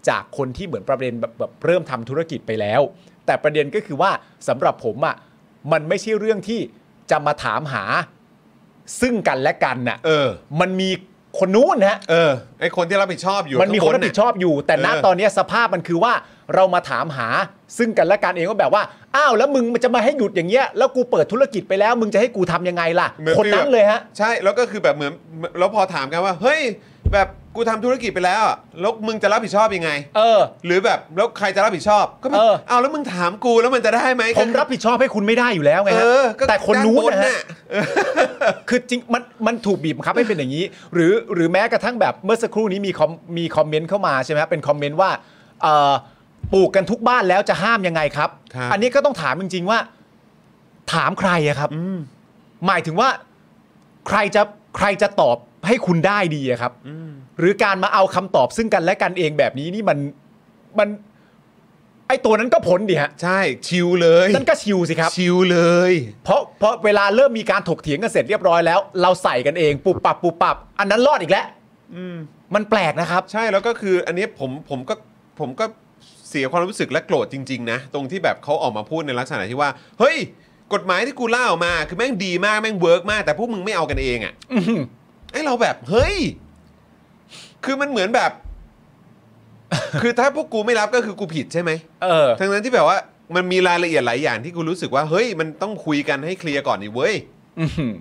Speaker 2: จากคนที่เหมือนประเด็นแบบแบบเริ่มทำธุรกิจไปแล้ว แต่ประเด็นก็คือว่าสำหรับผมอะ่ะมันไม่ใช่เรื่องที่จะมาถามหา ซึ่งกันและกันน่ะ
Speaker 1: เออ
Speaker 2: มันมีคนนู้นนะฮะ
Speaker 1: เออไอคนที่รับผิดชอบอยู่
Speaker 2: มันมีคนรั
Speaker 1: ข้า
Speaker 2: บ
Speaker 1: งะ
Speaker 2: ผิดชอบอยู่ แต่ณ
Speaker 1: เออ
Speaker 2: ตอนเนี้ยสภาพมันคือว่าเรามาถามหาซึ่งกันและกันเองว่าแบบว่าอ้าวแล้วมึงมันจะมาให้หยุดอย่างเงี้ยแล้วกูเปิดธุรกิจไปแล้ว มึงจะให้กูทำยังไงล่ะ
Speaker 1: หมือ
Speaker 2: คนนั้นเลยฮะ
Speaker 1: ใช่แล้วก็คือแบบเหมือนแล้วพอถามกันว่าเฮ้ยแบบกูทำธุรกิจไปแล้วอะแล้วมึงจะรับผิดชอบยังไง
Speaker 2: เออ
Speaker 1: หรือแบบแล้วใครจะรับผิดชอบก็แบบ
Speaker 2: เออ
Speaker 1: เอาแล้วมึงถามกูแล้วมันจะได้ไหม
Speaker 2: ผมรับผิดชอบให้คุณไม่ได้อยู่แล้วไง
Speaker 1: เอ
Speaker 2: ฮะ
Speaker 1: อก็
Speaker 2: แต่คนนู้น
Speaker 1: ด้าบ
Speaker 2: นะฮะ
Speaker 1: น่ะเออ
Speaker 2: คือจริงมันมันถูกบีบบังคับให้เป็นอย่างนี้ หรือหรือแม้กระทั่งแบบเมื่อสักครู่นี้มีคอมมีคอมเมนต์เข้ามาใช่ไหมครับเป็นคอมเมนต์ว่าเอ่อปลูกกันทุกบ้านแล้วจะห้ามยังไงครับ
Speaker 1: ครับ
Speaker 2: อันนี้ก็ต้องถามจริง ๆ ว่า ถามใครอะครับ
Speaker 1: อืม
Speaker 2: หมายถึงว่าใครจะใครจะตอบให้คุณได้ดีอะครับ
Speaker 1: อืม
Speaker 2: หรือการมาเอาคำตอบซึ่งกันและกันเองแบบนี้นี่มันมัน ไอตัวนั้นก็ผลดิฮะ
Speaker 1: ใช่ชิวเลย
Speaker 2: นั่นก็ชิวสิครับ
Speaker 1: ชิวเลย
Speaker 2: เพราะเพราะเวลาเริ่มมีการถกเถียงกันเสร็จเรียบร้อยแล้ว เราใส่กันเองปุบปับปุบปับ อันนั้นรอดอีกแล้ว
Speaker 1: อืม
Speaker 2: มันแปลกนะครับ
Speaker 1: ใช่แล้วก็คืออันนี้ผมผมก็ผมก็เสียความรู้สึกและโกรธจริงๆนะ ตรงที่แบบเขาออกมาพูดในลักษณะที่ว่า เฮ้ย กฎหมายที่กูเล่าออกมา คือแม่งดีมากแม่งเวิร์กมาก แต่พวกมึงไม่เอากันเองอะ่ะ
Speaker 2: อื้อหือ
Speaker 1: ไอเราแบบ เฮ้ย คือมันเหมือนแบบ [laughs] คือถ้าพวกกูไม่รับก็คือกูผิดใช่ไหม
Speaker 2: เออ
Speaker 1: ทั้งนั้นที่แบบว่ามันมีรายละเอียดหลายอย่างที่กูรู้สึกว่าเฮ้ยมันต้องคุยกันให้เคลียร์ก่อนดิเว้ย
Speaker 2: อื้อหือ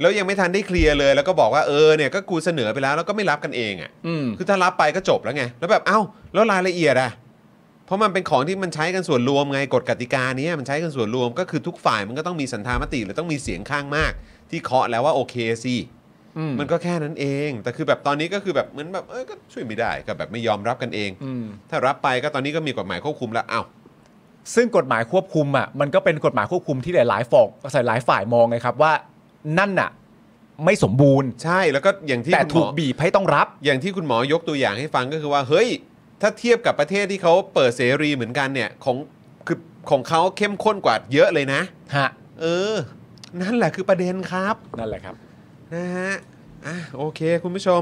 Speaker 1: แล้วยังไม่ทันได้เคลียร์เลย แล้วก็บอกว่าเออเนี่ยก็กูเสนอไปแล้วแล้วก็ไม่รับกันเองอ่ะ
Speaker 2: อืม
Speaker 1: คือถ้ารับไปก็จบแล้วไง แล้วแบบเอ้า แล้วรายละเอียดอะเพราะมันเป็นของที่มันใช้กันส่วนรวมไงกฎกติกาเนี้ยมันใช้กันส่วนรวมก็คือทุกฝ่ายมันก็ต้องมีสันธามติหรือต้องมีเสียงข้างมาก ที่เคาะแล้วว่าโอเคสิ
Speaker 2: อืม
Speaker 1: มันก็แค่นั้นเอง แต่คือแบบตอนนี้ก็คือแบบเหมือนแบบเออก็ช่วยไม่ได้ก็แบบไม่ยอมรับกันเอง
Speaker 2: อืม
Speaker 1: ถ้ารับไปก็ตอนนี้ก็มีกฎหมายควบคุมแล้วเอ้า
Speaker 2: ซึ่งกฎหมายควบคุมอ่ะมันก็เป็นกฎหมายควบคุมที่หลายๆฝ่องหลายฝ่ายมองไงครับว่านั่นน่ะ ไม่สมบูรณ์
Speaker 1: ใช่แล้วก็อย่างที่
Speaker 2: แต่
Speaker 1: คุณหม
Speaker 2: ถูก
Speaker 1: อ
Speaker 2: บีบให้ต้องรับ
Speaker 1: อย่างที่คุณหมอยกตัวอย่างให้ฟังก็คือว่าเฮ้ย ถ้าเทียบกับประเทศที่เขาเปิดเสรีเหมือนกันเนี่ยของคือของเขาเข้มข้นกว่าเยอะเลยนะ
Speaker 2: ฮะ
Speaker 1: เออ นั่นแหละคือประเด็นครับ
Speaker 2: นั่นแหละครับ
Speaker 1: นะฮะอ่ะโอเคคุณผู้ชม